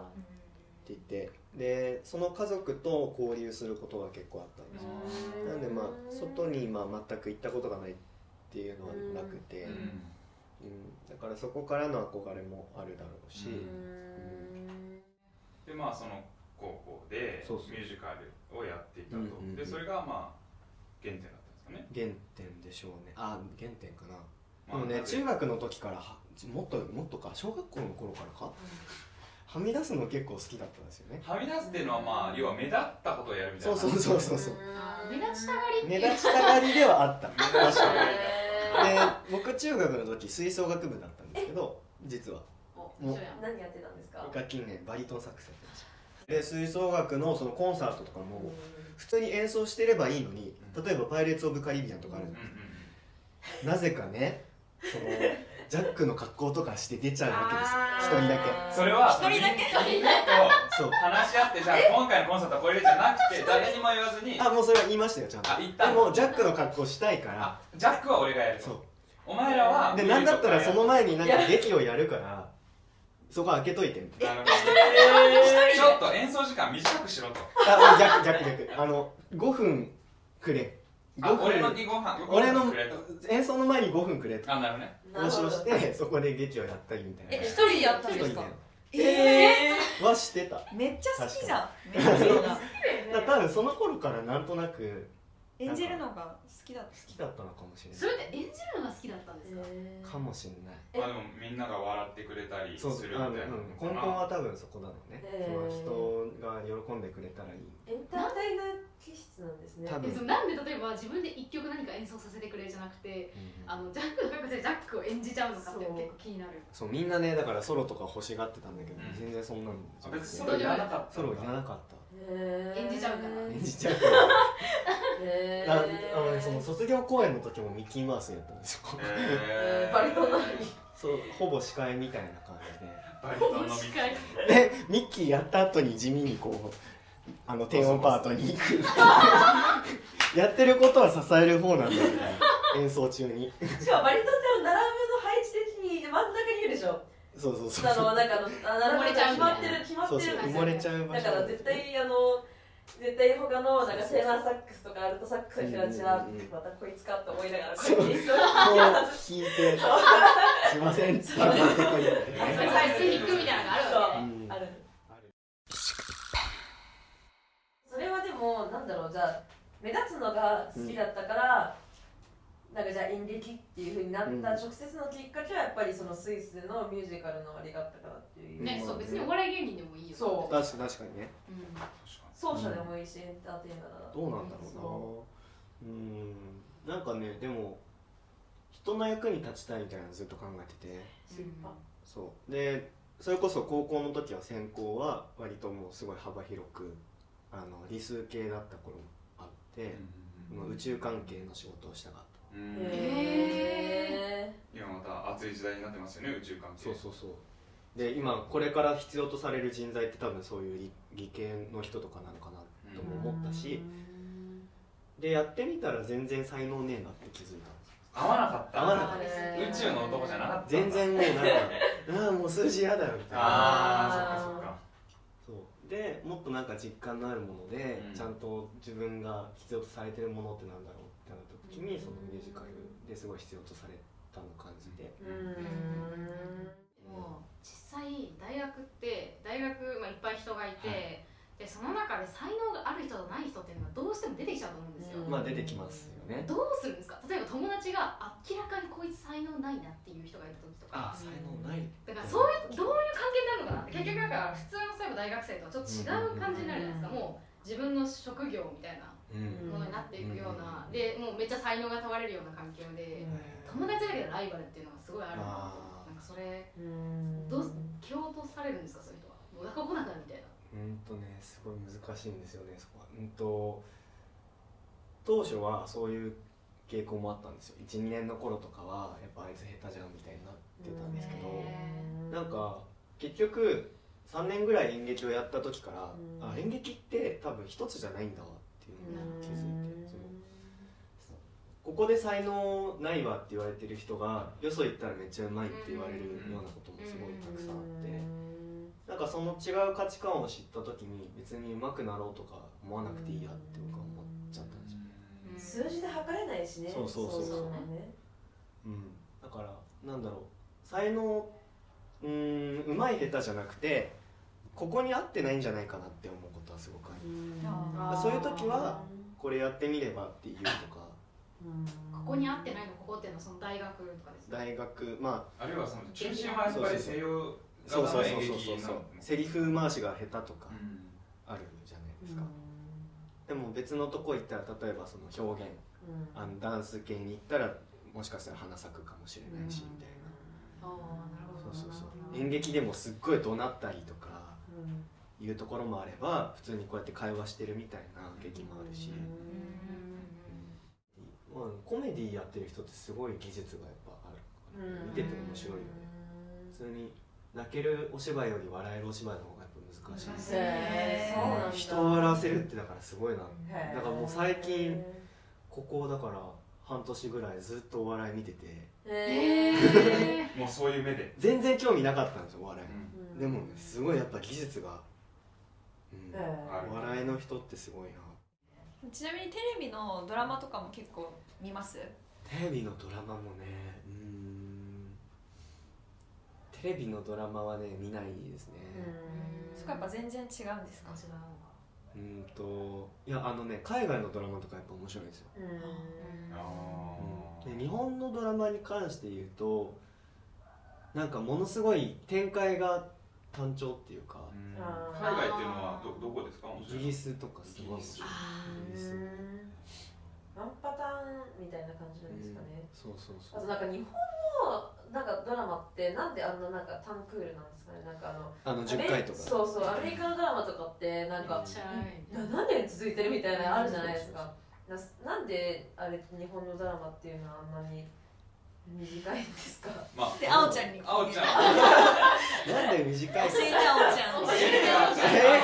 Speaker 6: 言ってでその家族と交流することが結構あったんですよ
Speaker 4: うん
Speaker 6: なんでまあ外にまあ全く行ったことがないっていうのはなくて、
Speaker 5: う
Speaker 6: うんんだからそこからの憧れもあるだろうし、
Speaker 4: う
Speaker 5: う
Speaker 4: ーん
Speaker 5: でまあその高校で
Speaker 6: そうそう
Speaker 5: ミュージカルをやっていたと
Speaker 6: うんうんうん
Speaker 5: でそれがまあ原点だったんですかね
Speaker 6: 原点でしょうねあ原点かな
Speaker 5: まあ
Speaker 6: でもね
Speaker 5: なぜ
Speaker 6: 中学の時からはもっともっとか小学校の頃からかはみ出すの結構好きだったんですよね
Speaker 5: はみ出すっていうのはまあ要は目立ったことをやるみたい
Speaker 6: そ
Speaker 5: な
Speaker 6: うそうそうそうそう
Speaker 2: あー目立ちたがり
Speaker 6: 目立ちたがりではあった
Speaker 5: 目立ちたがり
Speaker 4: え
Speaker 6: で僕中学の時吹奏楽部だったんですけど実は
Speaker 2: お一緒やん
Speaker 4: ー何やってたんですか
Speaker 6: 楽器ねバリトンサックスやってましたで吹奏楽のそのコンサートとかも普通に演奏してればいいのに例えば「パイレーツ・オブ・カリビアン」とかあるじゃ
Speaker 5: うん
Speaker 6: な
Speaker 5: う
Speaker 6: い
Speaker 5: ん
Speaker 6: なぜかねそのジャックの格好とかして出ちゃうわけですよ一人だけ
Speaker 5: うんそれは
Speaker 3: 一人だけ
Speaker 5: みんなと
Speaker 6: そう
Speaker 5: 話し合ってじゃあ今回のコンサートはこれじゃなくて誰にも言わずに
Speaker 6: あもうそれは言いましたよちゃんと
Speaker 5: あ言った
Speaker 6: でもジャックの格好したいから
Speaker 5: あジャックは俺がやる
Speaker 6: そう
Speaker 5: お前らは
Speaker 6: でなんだったらその前になんか
Speaker 4: いや
Speaker 6: 劇をやるからそこ開けといてみたい
Speaker 5: なるほどちょっと演奏時間短くしろと
Speaker 6: なあ逆逆逆あの5分くれ
Speaker 5: あ
Speaker 6: 5分
Speaker 5: 俺のご飯
Speaker 6: 俺の
Speaker 5: ご飯くれと
Speaker 6: 演奏の前に5分くれと
Speaker 5: あなるほどね
Speaker 6: 話をしてそこで劇をやったりみたい
Speaker 3: え
Speaker 6: な
Speaker 3: 一人でやったん
Speaker 6: 一
Speaker 3: で
Speaker 6: 人
Speaker 3: す
Speaker 6: で
Speaker 3: か
Speaker 4: え
Speaker 6: はしてた
Speaker 3: ーめっちゃ好きじゃんめっちゃ好きだ
Speaker 6: だから多分その頃からなんとなく
Speaker 3: 演じるのが好きだった
Speaker 6: 好きだったのかもしれ
Speaker 2: そ
Speaker 6: な
Speaker 2: れって演じるのが好きだったんですか
Speaker 6: いかもしれない
Speaker 4: え
Speaker 5: まあでもみんなが笑ってくれたりす
Speaker 6: そ
Speaker 5: る
Speaker 6: う
Speaker 5: みたい
Speaker 6: あ
Speaker 5: な
Speaker 6: の、うん、根本は多分そこだろうね、
Speaker 4: へー
Speaker 6: その人が喜んでくれたらいい
Speaker 4: エンターテイナー気質なんですね
Speaker 6: 多分
Speaker 2: えそのなんで例えば自分で一曲何か演奏させてくれじゃなくてあのジャックの格好でジャックを演じちゃうのかっていうの結構気になる
Speaker 6: そうみんなねだからソロとか欲しがってたんだけど、
Speaker 5: うん
Speaker 6: 全然そんなのじゃなくて
Speaker 5: 別にソロいらなかった
Speaker 6: ソロいらなかった
Speaker 4: 演
Speaker 2: 演じちゃうから
Speaker 6: 演じちゃうから
Speaker 4: へ
Speaker 6: ああのねその卒業公演の時もミッキーマウスやったんですよ、
Speaker 5: えー
Speaker 4: バリトンの
Speaker 6: そうほぼ司会みたいな感
Speaker 5: バリトンのみ
Speaker 2: 司会
Speaker 6: じででミッキーやった後に地味にこうあの低音パートに行く やってることは支える方なんだけど演奏中に
Speaker 4: しかもバリトンってあの並ぶの配置的に真ん中にいるでしょ
Speaker 6: そうそうそう
Speaker 4: あのなんかあのあ並ぶのが決まってる決ま
Speaker 6: そ
Speaker 4: っ
Speaker 6: う
Speaker 4: て
Speaker 6: そう
Speaker 4: る
Speaker 6: 埋もれちゃう場
Speaker 4: だ
Speaker 6: 所
Speaker 4: から絶対あの絶対他のなんかテーマサックスとかアルトサックスの人たちは
Speaker 6: うんうんうん
Speaker 4: またこいつかと思いながらこ
Speaker 6: そう
Speaker 4: うやって椅子を
Speaker 6: こう弾いて「すいま せん」っつってこうやって
Speaker 2: それ
Speaker 6: ね
Speaker 2: 最初に引くみたいなのがあるわけ
Speaker 6: うん
Speaker 4: あるそれはでもなんだろうじゃあ目立つのが好きだったから、なんかじゃあ演劇っていうふうになった
Speaker 6: うん
Speaker 4: 直接のきっかけはやっぱりそのスイスのミュージカルのあれがあったからっていう、
Speaker 2: ね
Speaker 6: うん
Speaker 2: そう別にお笑い芸人でもいいよ
Speaker 4: そう
Speaker 6: 確か確かにね
Speaker 2: うん
Speaker 5: 確かに
Speaker 4: 奏者でもいいし、エンターテイナーだな
Speaker 6: どうなんだろうなうんなんかねでも人の役に立ちたいみたいなのずっと考えてて
Speaker 4: そうスリッパ
Speaker 6: そうでそれこそ高校の時は専攻は割ともうすごい幅広くあの理数系だった頃もあって、まあ宇宙関係の仕事をしたかった
Speaker 5: うん
Speaker 4: へ
Speaker 5: 今また熱い時代になってますよね宇宙関係
Speaker 6: そうそうそうで今これから必要とされる人材って多分そういう理理系の人とかなのかなとも思ったし、でやってみたら全然才能ねえなって気づいたんですよ
Speaker 5: 合わなかった
Speaker 6: 合わなかっ
Speaker 5: 宇宙の男じゃなかったんだ
Speaker 6: 全然もう なんかああもう数字嫌だよみたいな
Speaker 5: ああそっかそっか
Speaker 6: そうでもっとなんか実感のあるもので、
Speaker 5: うん
Speaker 6: ちゃんと自分が必要とされてるものってなんだろうってなった時に、
Speaker 4: うん
Speaker 6: そのミュージカルですごい必要とされたのを感じて、
Speaker 4: うーん
Speaker 2: もう実際大学って大学、まあ、いっぱい人がいて、
Speaker 5: は
Speaker 2: でその中で才能がある人とない人っていうのがどうしても出てきちゃうと思うんですよ、
Speaker 4: うん
Speaker 6: まあ出てきますよね
Speaker 2: どうするんですか例えば友達が明らかにこいつ才能ないなっていう人がいる時とか
Speaker 6: あ才能ない
Speaker 2: だからそういうどういう関係になるのかなって結局だから普通のそういえば大学生とはちょっと違う感じになるじゃないですか、
Speaker 4: うん
Speaker 2: もう自分の職業みたいな
Speaker 6: うん
Speaker 2: ものになっていくような、
Speaker 6: うん
Speaker 2: でもうめっちゃ才能が問われるような環境で、友達だけどライバルっていうのがすごいあるな
Speaker 6: あ
Speaker 2: となんかそれ
Speaker 4: うん
Speaker 2: どうす共闘されるんですかそういう人はもう学校来なくなるみたいな
Speaker 6: うんとねすごい難しいんですよねそこはうんと当初はそういう傾向もあったんですよ12年の頃とかはやっぱあいつ下手じゃんみたいになってたんですけど
Speaker 4: うん
Speaker 6: なんか結局3年ぐらい演劇をやった時から、
Speaker 4: うん
Speaker 6: あ演劇って多分一つじゃないんだわっていうのに気づいてそのここで才能ないわって言われてる人がよそ行ったらめっちゃうまいって言われるようなこともすごいたくさんあって。なんかその違う価値観を知った時に別に上手くなろうとか思わなくていいやって僕は思っちゃったんですよね、
Speaker 4: 数字で測れないしね
Speaker 6: そうそうそう
Speaker 4: そ
Speaker 2: そう
Speaker 4: ね
Speaker 6: うん、だからなんだろう才能うーん上手い下手じゃなくてここに合ってないんじゃないかなって思うことはすごくある
Speaker 3: あ
Speaker 6: そういう時はこれやってみればっていうとか
Speaker 2: ここに合ってないのここっていうのはその大学とかですね
Speaker 6: 大学ま
Speaker 5: あるいはその中心はやっぱり西洋
Speaker 6: あそう
Speaker 5: 型
Speaker 6: そう
Speaker 5: の
Speaker 6: そ
Speaker 5: 演
Speaker 6: うそう
Speaker 5: 劇
Speaker 6: そう
Speaker 5: な
Speaker 6: そうん
Speaker 5: ですね
Speaker 6: セリフ回しが下手とか
Speaker 5: うん
Speaker 6: あるじゃないですか、でも別のとこ行ったら例えばその表現あのダンス系に行ったらもしかしたら花咲くかもしれないしみたいな
Speaker 2: ああなるほ
Speaker 6: そ
Speaker 2: ど
Speaker 6: うそうそう
Speaker 2: なる
Speaker 6: 演劇でもすっごい怒鳴ったりとか
Speaker 4: うん
Speaker 6: いうところもあれば普通にこうやって会話してるみたいな劇もあるし、
Speaker 2: ほどうん
Speaker 6: まあ、コメディやってる人ってすごい技術がやっぱあるから、見てて面白いよね普通に泣けるお芝居より笑えるお芝居の方がやっぱ難しい、
Speaker 2: 難しい
Speaker 4: へーそうなんだ
Speaker 6: 人を笑わせるってだからすごいな
Speaker 4: へー
Speaker 6: だからもう最近ここだから半年ぐらいずっとお笑い見てて
Speaker 4: へ
Speaker 2: え
Speaker 4: ー
Speaker 2: え
Speaker 5: もうそういう目で、
Speaker 6: 全然興味なかったんですよお笑い、
Speaker 5: う
Speaker 6: でもねすごいやっぱ技術が、うん
Speaker 4: へー
Speaker 6: お笑いの人ってすごいな
Speaker 3: ちなみにテレビのドラマとかも結構見ます
Speaker 6: テレビのドラマもねうーんテレビのドラマはね見ないですね
Speaker 3: そこはやっぱ全然違うんですか
Speaker 6: うーんといやあのね海外のドラマとかやっぱ面白いですよ、
Speaker 4: うん
Speaker 5: あー
Speaker 6: で日本のドラマに関して言うとなんかものすごい展開が単調っていうか
Speaker 5: うん
Speaker 4: あー
Speaker 5: 海外っていうのはどどこですか面白
Speaker 6: イ
Speaker 5: い
Speaker 6: ギリスとかすごい面白いイギリスうん
Speaker 4: ワンパターンみたいな感じなんですかね、
Speaker 6: そうそう
Speaker 4: あ
Speaker 6: そ
Speaker 4: と
Speaker 6: う
Speaker 4: なんか日本のなんかドラマってなんであんななんかタンクールなんですかねなんかあの
Speaker 6: あの10回
Speaker 4: アメ
Speaker 6: とか
Speaker 4: そうそうアメリカのドラマとかってなんか
Speaker 2: めっちゃ偉い
Speaker 4: な何年続いてるみたいなのあるじゃないですかななんであれ日本のドラマっていうのはあんなに短いんです か
Speaker 5: まあ
Speaker 3: で、あおちゃんに
Speaker 5: あおちゃん
Speaker 6: なんで短い
Speaker 3: 教えてあおちゃん
Speaker 2: 教
Speaker 3: 教
Speaker 2: え
Speaker 3: え
Speaker 2: てあおちゃん
Speaker 6: え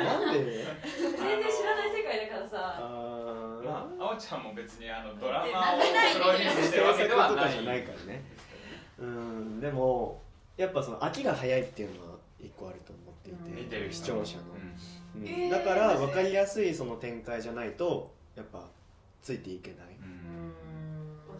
Speaker 6: ーなんで
Speaker 4: 全然知らない世界だからさ
Speaker 6: あー
Speaker 5: まあ、あおちゃんも別にあのドラマを
Speaker 3: なんでない
Speaker 5: プロデュースしてるわけではない
Speaker 6: 制作とかじゃないからねうんでもやっぱその飽きが早いっていうのは一個あると思っていて
Speaker 5: 見てる
Speaker 6: 視
Speaker 5: 人
Speaker 6: 聴
Speaker 5: も
Speaker 6: 者の、うん
Speaker 3: えー
Speaker 6: だから分かりやすいその展開じゃないとやっぱついていけない
Speaker 5: うん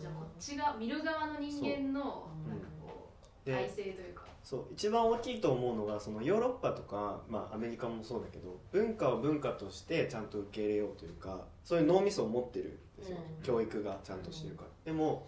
Speaker 2: じゃあこっちが見る側の人間の
Speaker 6: う
Speaker 2: なんかこう体
Speaker 6: で
Speaker 2: 制というか
Speaker 6: そう一番大きいと思うのがそのヨーロッパとか、まあ、アメリカもそうだけど文化を文化としてちゃんと受け入れようというかそういう脳みそを持ってるんですよ、
Speaker 4: うん
Speaker 6: 教育がちゃんとしてるから、でも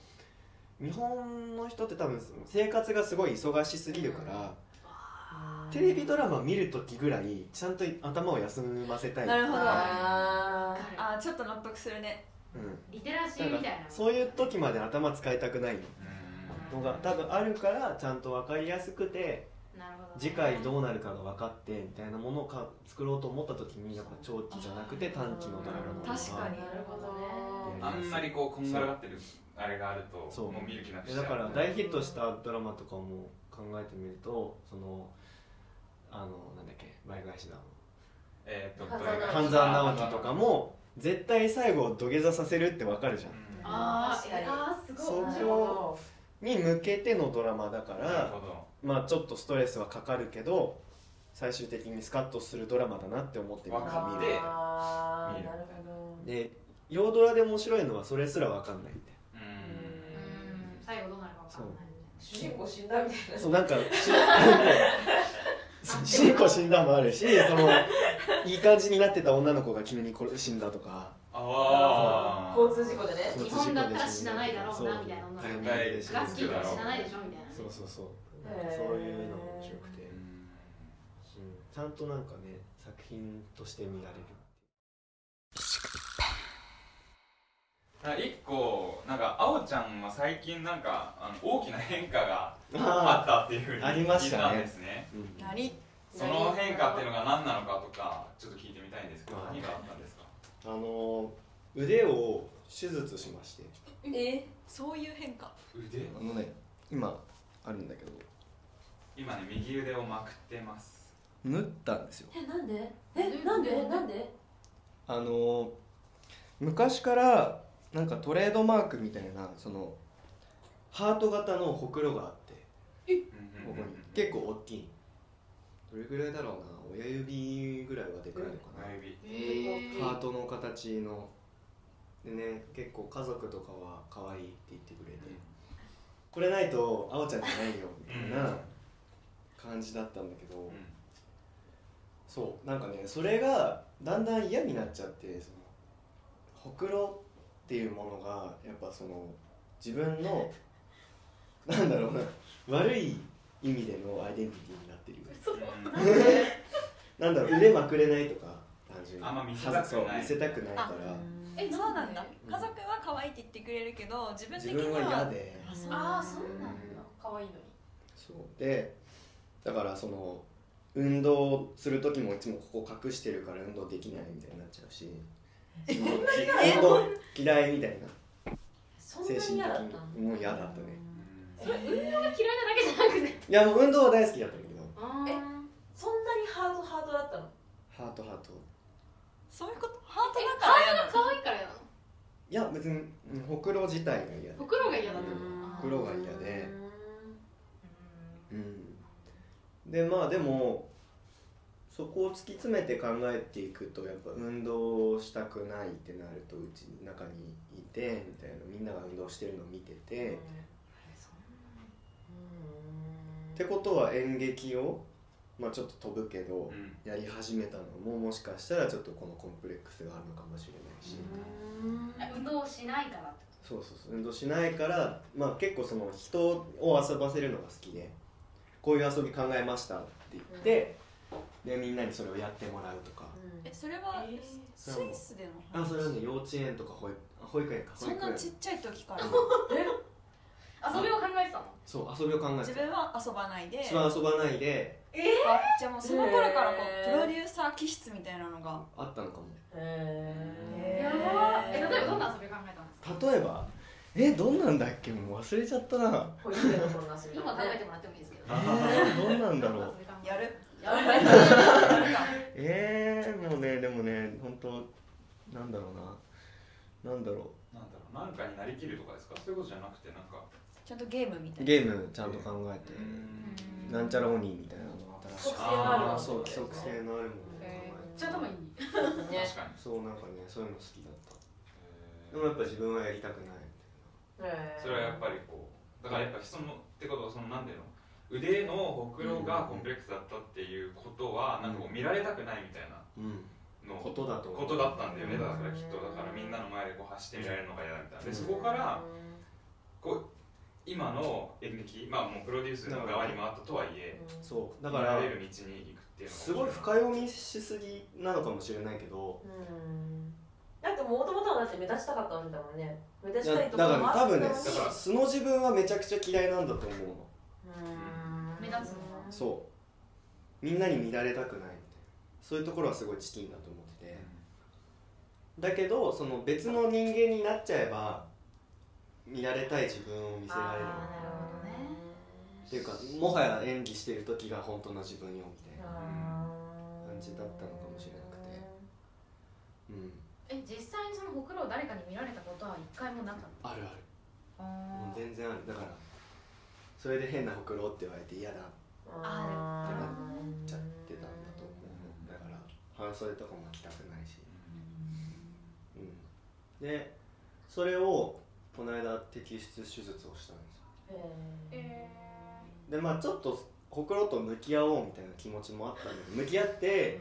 Speaker 6: 日本の人って多分その生活がすごい忙しすぎるから、
Speaker 2: あ
Speaker 6: テレビドラマ見る時ぐらいちゃんと頭を休ませたい、
Speaker 3: なるほど
Speaker 4: あー
Speaker 2: わか
Speaker 3: あーちょっと納得するね
Speaker 6: うん、
Speaker 2: るリテラシーみ
Speaker 6: だ
Speaker 2: たい
Speaker 6: か
Speaker 2: な
Speaker 6: らそういう時まで頭使いたくない
Speaker 5: うん
Speaker 6: のが多分あるからちゃんと分かりやすくて
Speaker 2: なるほどね、
Speaker 6: 次回どうなるかが分かってみたいなものをか作ろうと思った時にやっぱ長期じゃなくて短期のドラマの方が
Speaker 3: 確かに
Speaker 4: なるほどね
Speaker 5: あんまりこうこんがらがってるあれがあると
Speaker 6: そう
Speaker 5: もう見る気なくし
Speaker 6: で
Speaker 5: ちゃ
Speaker 6: だ
Speaker 5: う
Speaker 6: から大ヒットしたドラマとかも考えてみるとそのあのなんだっけ前返しだ
Speaker 5: えーっ
Speaker 4: 半
Speaker 5: と
Speaker 4: 沢直樹
Speaker 6: 半沢直樹とかも絶対最後を土下座させるってわかるじゃん
Speaker 5: うんな
Speaker 2: あ
Speaker 4: 確
Speaker 2: ー
Speaker 4: かに
Speaker 2: あーすごい
Speaker 6: そう
Speaker 4: なるほ
Speaker 6: に向けてのドラマだか
Speaker 5: る
Speaker 6: ら
Speaker 5: ほど
Speaker 6: まあちょっとストレスはかかるけど最終的にスカッとするドラマだなって思ってみる
Speaker 4: ど
Speaker 5: わか
Speaker 6: 見
Speaker 5: っ
Speaker 6: る
Speaker 5: て
Speaker 4: あー
Speaker 5: 見る
Speaker 4: なるほど
Speaker 6: で洋ドラで面白いのはそれすらわかんないって
Speaker 5: う
Speaker 2: うんん最後どうなるかわかんないみ
Speaker 4: 主人公死んだみたいな
Speaker 6: そうなんか しそう主人公死んだもあるしそのいい感じになってた女の子が急に殺死んだとか
Speaker 5: ああ
Speaker 4: 交通事故でね
Speaker 2: 日本だったら死なないだろうなみたいな女の子
Speaker 6: そう
Speaker 5: 絶対
Speaker 2: たいなガスキーとか死なないでしょみたいなね
Speaker 6: そうそうそう
Speaker 4: へー
Speaker 6: なんかそういうのが面白く
Speaker 5: うん
Speaker 6: て、うんちゃんとなんかね作品として見られる
Speaker 5: あ一個なんかあおちゃんは最近なんかあの大きな変化があっ
Speaker 6: あ
Speaker 5: たっていうふうに
Speaker 6: ありましたね
Speaker 5: 聞いんですね
Speaker 6: あ、うん
Speaker 3: 何
Speaker 5: その変化っていうのが何なのかとかちょっと聞いてみたいんですけど
Speaker 6: はい
Speaker 5: 何があったんですか
Speaker 6: あの腕を手術しまして
Speaker 4: え
Speaker 3: そういう変化
Speaker 5: 腕
Speaker 6: あのね今あるんだけど
Speaker 5: 今ね右腕をまくってます
Speaker 6: 縫ったんですよ
Speaker 4: えなんでえなんでなんで
Speaker 6: あの昔からなんかトレードマークみたいなそのハート型のほくろがあってここに結構大きいどれぐらいだろうな親指ぐらいはでかいのかな、
Speaker 5: 親指
Speaker 2: へ
Speaker 6: ハートの形のでね結構家族とかは可愛いって言ってくれて、これないとあおちゃんじゃないよみたいな感じだったんだけど、
Speaker 5: うん
Speaker 6: そうなんかねそれがだんだん嫌になっちゃってそのほくろっていうものがやっぱその自分のなんだろうな悪い意味でのアイデンティティになってる
Speaker 5: うん
Speaker 6: なんだろう腕まくれないとか単純に
Speaker 5: あんま見せたくない
Speaker 6: そう見せたくないから
Speaker 3: えそうなんだ
Speaker 6: うん
Speaker 3: 家族は可愛いって言ってくれるけど自分的
Speaker 6: 自
Speaker 3: に
Speaker 6: 分は嫌
Speaker 3: は
Speaker 6: で
Speaker 2: あーそう
Speaker 6: なんだ
Speaker 2: 可愛いのに
Speaker 6: そうでだからその運動する時もいつもここ隠してるから運動できないみたいになっちゃうしその運動嫌いみたいな
Speaker 4: そんな
Speaker 6: 精神
Speaker 4: に
Speaker 6: 的
Speaker 4: 嫌だった
Speaker 6: にもう嫌だったね
Speaker 2: それ運動が嫌いなだけじゃなくて
Speaker 6: いやもう運動は大好きだったんだけど
Speaker 2: え
Speaker 4: そんなにハードハードだったの
Speaker 6: ハートハート
Speaker 3: そういうことハートだから嫌
Speaker 2: 体
Speaker 3: な
Speaker 2: が
Speaker 3: の
Speaker 2: 可愛いから嫌なの
Speaker 6: いや別にうんほくろ自体が嫌で
Speaker 2: ほくろが嫌だった
Speaker 6: うん
Speaker 2: の
Speaker 6: 黒が嫌でうんでまあでもそこを突き詰めて考えていくとやっぱ運動したくないってなるとうちの中にいてみたいなみんなが運動してるのを見てて、ってことは演劇を、まあ、ちょっと飛ぶけど、やり始めたのももしかしたらちょっとこのコンプレックスがあるのかもしれないし、
Speaker 2: あ運動をしないからって
Speaker 6: そうそうそう運動しないから、まあ、結構その人を遊ばせるのが好きでこういう遊び考えましたって言って、でみんなにそれをやってもらうとか、
Speaker 3: えそれは
Speaker 4: えー
Speaker 3: スイスでの
Speaker 6: あそれは
Speaker 3: 話
Speaker 6: ね幼稚園とか保育保育園か保
Speaker 3: そん
Speaker 6: 育
Speaker 3: な
Speaker 6: 園
Speaker 3: ちっちゃい時から
Speaker 2: こと遊びを考えてたの
Speaker 6: そう遊びを考え
Speaker 3: 自
Speaker 6: て
Speaker 3: 分は遊ばないで
Speaker 6: 一番遊ばないで
Speaker 3: あじゃあもうその頃からこう
Speaker 4: へー
Speaker 3: プロデューサー気質みたいなのが
Speaker 6: あったのかも
Speaker 4: え
Speaker 2: やばえ例えばどんな遊びを考えたんですか
Speaker 6: 例えばえどんなんだっけもう忘れちゃったな
Speaker 4: 保育園の頃の遊び
Speaker 2: 今
Speaker 4: だ
Speaker 2: 考
Speaker 4: ね
Speaker 2: えてもらってもいいですけど
Speaker 6: えー、どんなんだ
Speaker 2: どん
Speaker 6: ろ
Speaker 2: な
Speaker 6: う
Speaker 2: 遊び考えた
Speaker 3: やる
Speaker 2: やばい
Speaker 6: えー、もうねでもね本当なんだろうななんだろ
Speaker 5: なんだろうなんかになりきるとかですかそういうことじゃなくてなんか
Speaker 3: ちゃんとゲームみたいな
Speaker 6: うゲームちゃんと考えて、
Speaker 5: うん
Speaker 6: なんちゃら鬼みたいなの新しい
Speaker 4: 規則性のある
Speaker 5: あー
Speaker 4: わ
Speaker 6: そう規
Speaker 4: そう
Speaker 6: 則性のあるものを考
Speaker 2: えーめっ
Speaker 6: え
Speaker 2: ちゃ頭いい
Speaker 4: ね
Speaker 5: 確かに
Speaker 6: てそうなんかねそういうの好きだった
Speaker 5: へー
Speaker 6: でもやっぱ自分はやりたくない
Speaker 4: えー
Speaker 5: それはやっぱりこうだからやっぱ人のってことはそのなんていうの腕のほくろがコンプレックスだったっていうことは、なんかこう見られたくないみたいな
Speaker 6: うん
Speaker 5: の
Speaker 6: ことだと思
Speaker 5: こと
Speaker 6: う
Speaker 5: だったんだよねだからきっとだからみんなの前でこう走って見られるのが嫌だみたいなでそこからこう今の演劇、まあ、もうプロデュースの側に回ったとはいえ
Speaker 6: そうだ
Speaker 5: だ
Speaker 6: か
Speaker 5: から
Speaker 6: ら
Speaker 5: れる道に行くっていうのが
Speaker 6: すごい深読みしすぎなのかもしれないけど
Speaker 4: うんだってもともとはだって目立ちたかったんだもんね目立
Speaker 6: いや
Speaker 4: ちた
Speaker 6: だ
Speaker 4: いと
Speaker 6: か
Speaker 4: ころ
Speaker 6: ら
Speaker 4: もあっ
Speaker 6: 多
Speaker 4: たの
Speaker 6: 分
Speaker 4: に
Speaker 6: ね
Speaker 5: だから
Speaker 6: 素の自分はめちゃくちゃ嫌いなんだと思うの
Speaker 4: うん
Speaker 2: 目立つの
Speaker 4: うん
Speaker 6: そうみんなに見られたくないみたいなそういうところはすごいチキンだと思っててだけどその別の人間になっちゃえば見られたい自分を見せられる
Speaker 4: あーなるほどね
Speaker 6: っていうかもはや演技してる時が本当の自分よみたいな
Speaker 4: うん
Speaker 6: 感じだったのかもしれなくてうん
Speaker 2: え実際にそのほくろを誰かに見られたことは一回もなかった
Speaker 6: あるあるも
Speaker 2: あ
Speaker 6: う全然あるだからそれで変なほくろって言われて嫌だって
Speaker 4: あー
Speaker 6: なっちゃってたんだと思うだから半袖とかも着たくないしうんでそれをこの間摘出手術をしたんですよ
Speaker 4: へ
Speaker 6: でまあちょっとほくろと向き合おうみたいな気持ちもあったんだ けど向き合って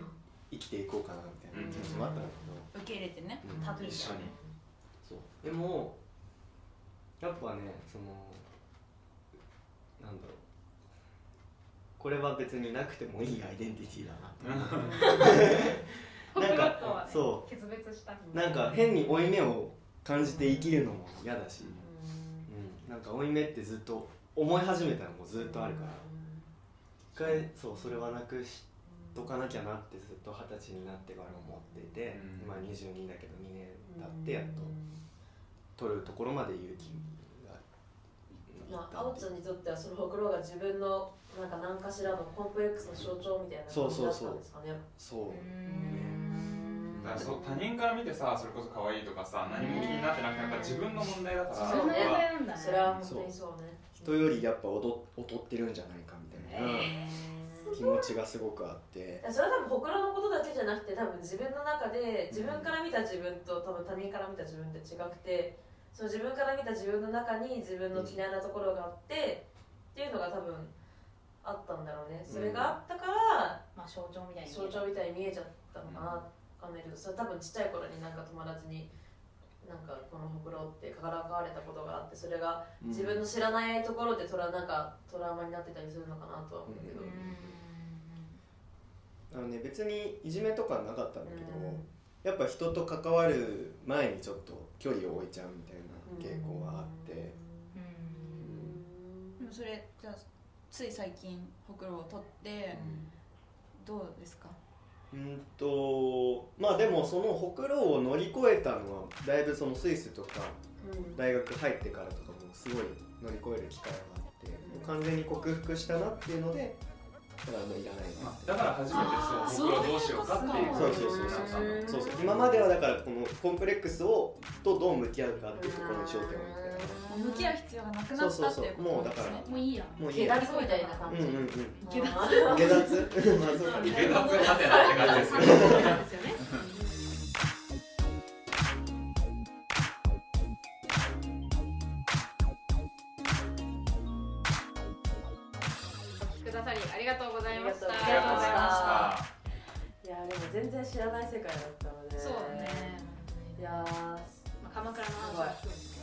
Speaker 6: 生きていこうかなみたいな気持ちもあったんだけ
Speaker 3: 受け入れてね
Speaker 6: ど、うん
Speaker 3: タトゥー
Speaker 5: 一緒に
Speaker 6: そうでもやっぱねそのなんだろうこれは別になくてもいいアイデンティティだな
Speaker 2: ほくろ
Speaker 6: なん
Speaker 2: と
Speaker 6: か
Speaker 2: はね
Speaker 6: そ
Speaker 2: 決別したん
Speaker 6: なんか変に負い目を感じて生きるのも嫌だし、うん、なんか負い目ってずっと思い始めたのもずっとあるから一回そうそれはなくしとかなきゃなってずっと二十歳になってから思っていて、
Speaker 5: うん
Speaker 6: 今22だけど2年経ってやっと取るところまで勇気がい
Speaker 4: ま
Speaker 6: っ
Speaker 4: あ、あお
Speaker 6: た
Speaker 4: ちゃんにとってはそのほくろが自分のなんか何かしらのコンプレックスの象徴みたいな感じだったんですかね。
Speaker 6: そう
Speaker 5: だからそう他人から見てさそれこそ可愛いとかさ何も気になってなくてやっぱ自分の問題だから
Speaker 2: そんな
Speaker 4: そう
Speaker 2: 問
Speaker 5: まあ
Speaker 2: 題なんだね
Speaker 4: それは本当にそうね。
Speaker 6: 人よりやっぱ劣劣ってるんじゃないかみたいな気持ちがすごくあって
Speaker 4: それは多分ほくろのことだけじゃなくて多分自分の中で自分から見た自分と多分他人から見た自分って違くてその自分から見た自分の中に自分の嫌いなところがあってっていうのが多分あったんだろうねそれがあったから
Speaker 2: まあ象徴みたいに
Speaker 4: 象徴みたいに見えちゃったのかなわかんないけどそれ多分ちっちゃい頃になんか友達になんかこのほくろってからかわれたことがあってそれが自分の知らないところでトラなんかトラウマになってたりするのかなとは思うけど。
Speaker 6: うんあのね別にいじめとかなかったんだけど、
Speaker 4: うん
Speaker 6: やっぱ人と関わる前にちょっと距離を置いちゃうみたいな傾向があって、
Speaker 3: でもそれじゃあつい最近ほくろを取ってどうですか
Speaker 6: うん、とまあでもそのほくろを乗り越えたのはだいぶそのスイスとか
Speaker 4: うん
Speaker 6: 大学入ってからとかもすごい乗り越える機会があってもう完全に克服したなっていうのでだからもういらないな
Speaker 5: だから初めてそう僕らどうしようかっていう
Speaker 6: そうそうそう
Speaker 5: さん
Speaker 6: そうそう今まではだからこのコンプレックスをとどう向き合うかっていうところに焦点を置いて
Speaker 3: もう向き合う必要がなくなったっていうことなんですね
Speaker 2: もういいや
Speaker 6: たもういい
Speaker 4: 下
Speaker 6: や
Speaker 4: 脱みたいな感
Speaker 6: うん
Speaker 4: じ。
Speaker 6: うんうん
Speaker 2: けど
Speaker 4: あ
Speaker 6: 下脱 まあそうか
Speaker 5: 下脱はてなって感じですよ
Speaker 2: なんですよねお聞きくださりありがとうございました
Speaker 4: あり
Speaker 5: ありがとうございまし
Speaker 4: ーい
Speaker 5: た
Speaker 4: やでも全然知らない世界だったので。
Speaker 2: そうだね、
Speaker 4: いやー
Speaker 2: まあ、鎌倉の話は含めてね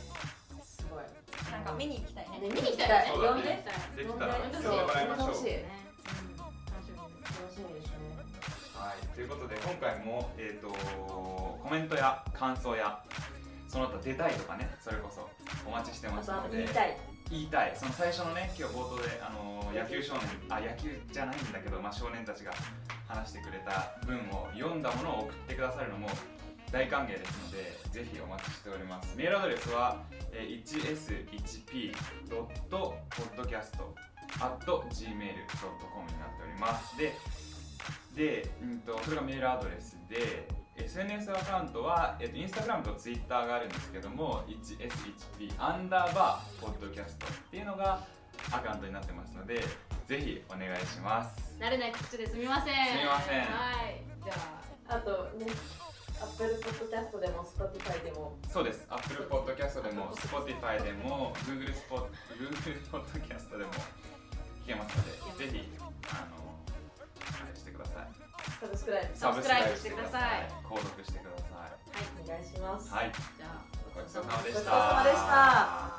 Speaker 4: すごい。
Speaker 3: なんか見に行きたいね
Speaker 4: ね見に行きたい。
Speaker 5: そうだ
Speaker 4: 呼んで。
Speaker 5: ねできたら
Speaker 4: 呼んで
Speaker 5: 呼んでもらいましょ
Speaker 4: 楽し
Speaker 5: う
Speaker 4: い。
Speaker 2: ねうん楽しみです
Speaker 4: 楽しみですね。
Speaker 5: はい、ということで今回も、えー、とコメントや感想やその他出たいとかねそれこそお待ちして
Speaker 4: あ
Speaker 5: ます
Speaker 4: とあの
Speaker 5: ので
Speaker 4: 言いたい。
Speaker 5: 言いたいその最初のね今日冒頭で、あのー野球少年あ野球じゃないんだけど、まあ、少年たちが話してくれた文を読んだものを送ってくださるのも大歓迎ですのでぜひお待ちしておりますメールアドレスは、えー 1s1p.podcast.gmail.com になっておりますでで、うん、とそれがメールアドレスで SNS アカウントは、えっと、インスタグラムとツイッターがあるんですけども 1s1p アンダーバーポッドキャストっていうのがアカウントになってますのでぜひお願いします
Speaker 2: 慣れない口ですみません
Speaker 5: すみません
Speaker 2: はいじゃあ
Speaker 4: あとね、アップルポッドキャストでも Spotify でも。
Speaker 5: そうです Apple Podcast でも Spotify でも Google スポ Google Podcast でも聞けますのでぜひあのあれしてください
Speaker 4: サブスクライブ。
Speaker 2: サブスクライブ
Speaker 5: サブ購読してください
Speaker 4: お願いします。
Speaker 5: はい
Speaker 2: じゃあ
Speaker 5: ごちそうさまでし
Speaker 4: ごち
Speaker 5: た
Speaker 4: そうさまでした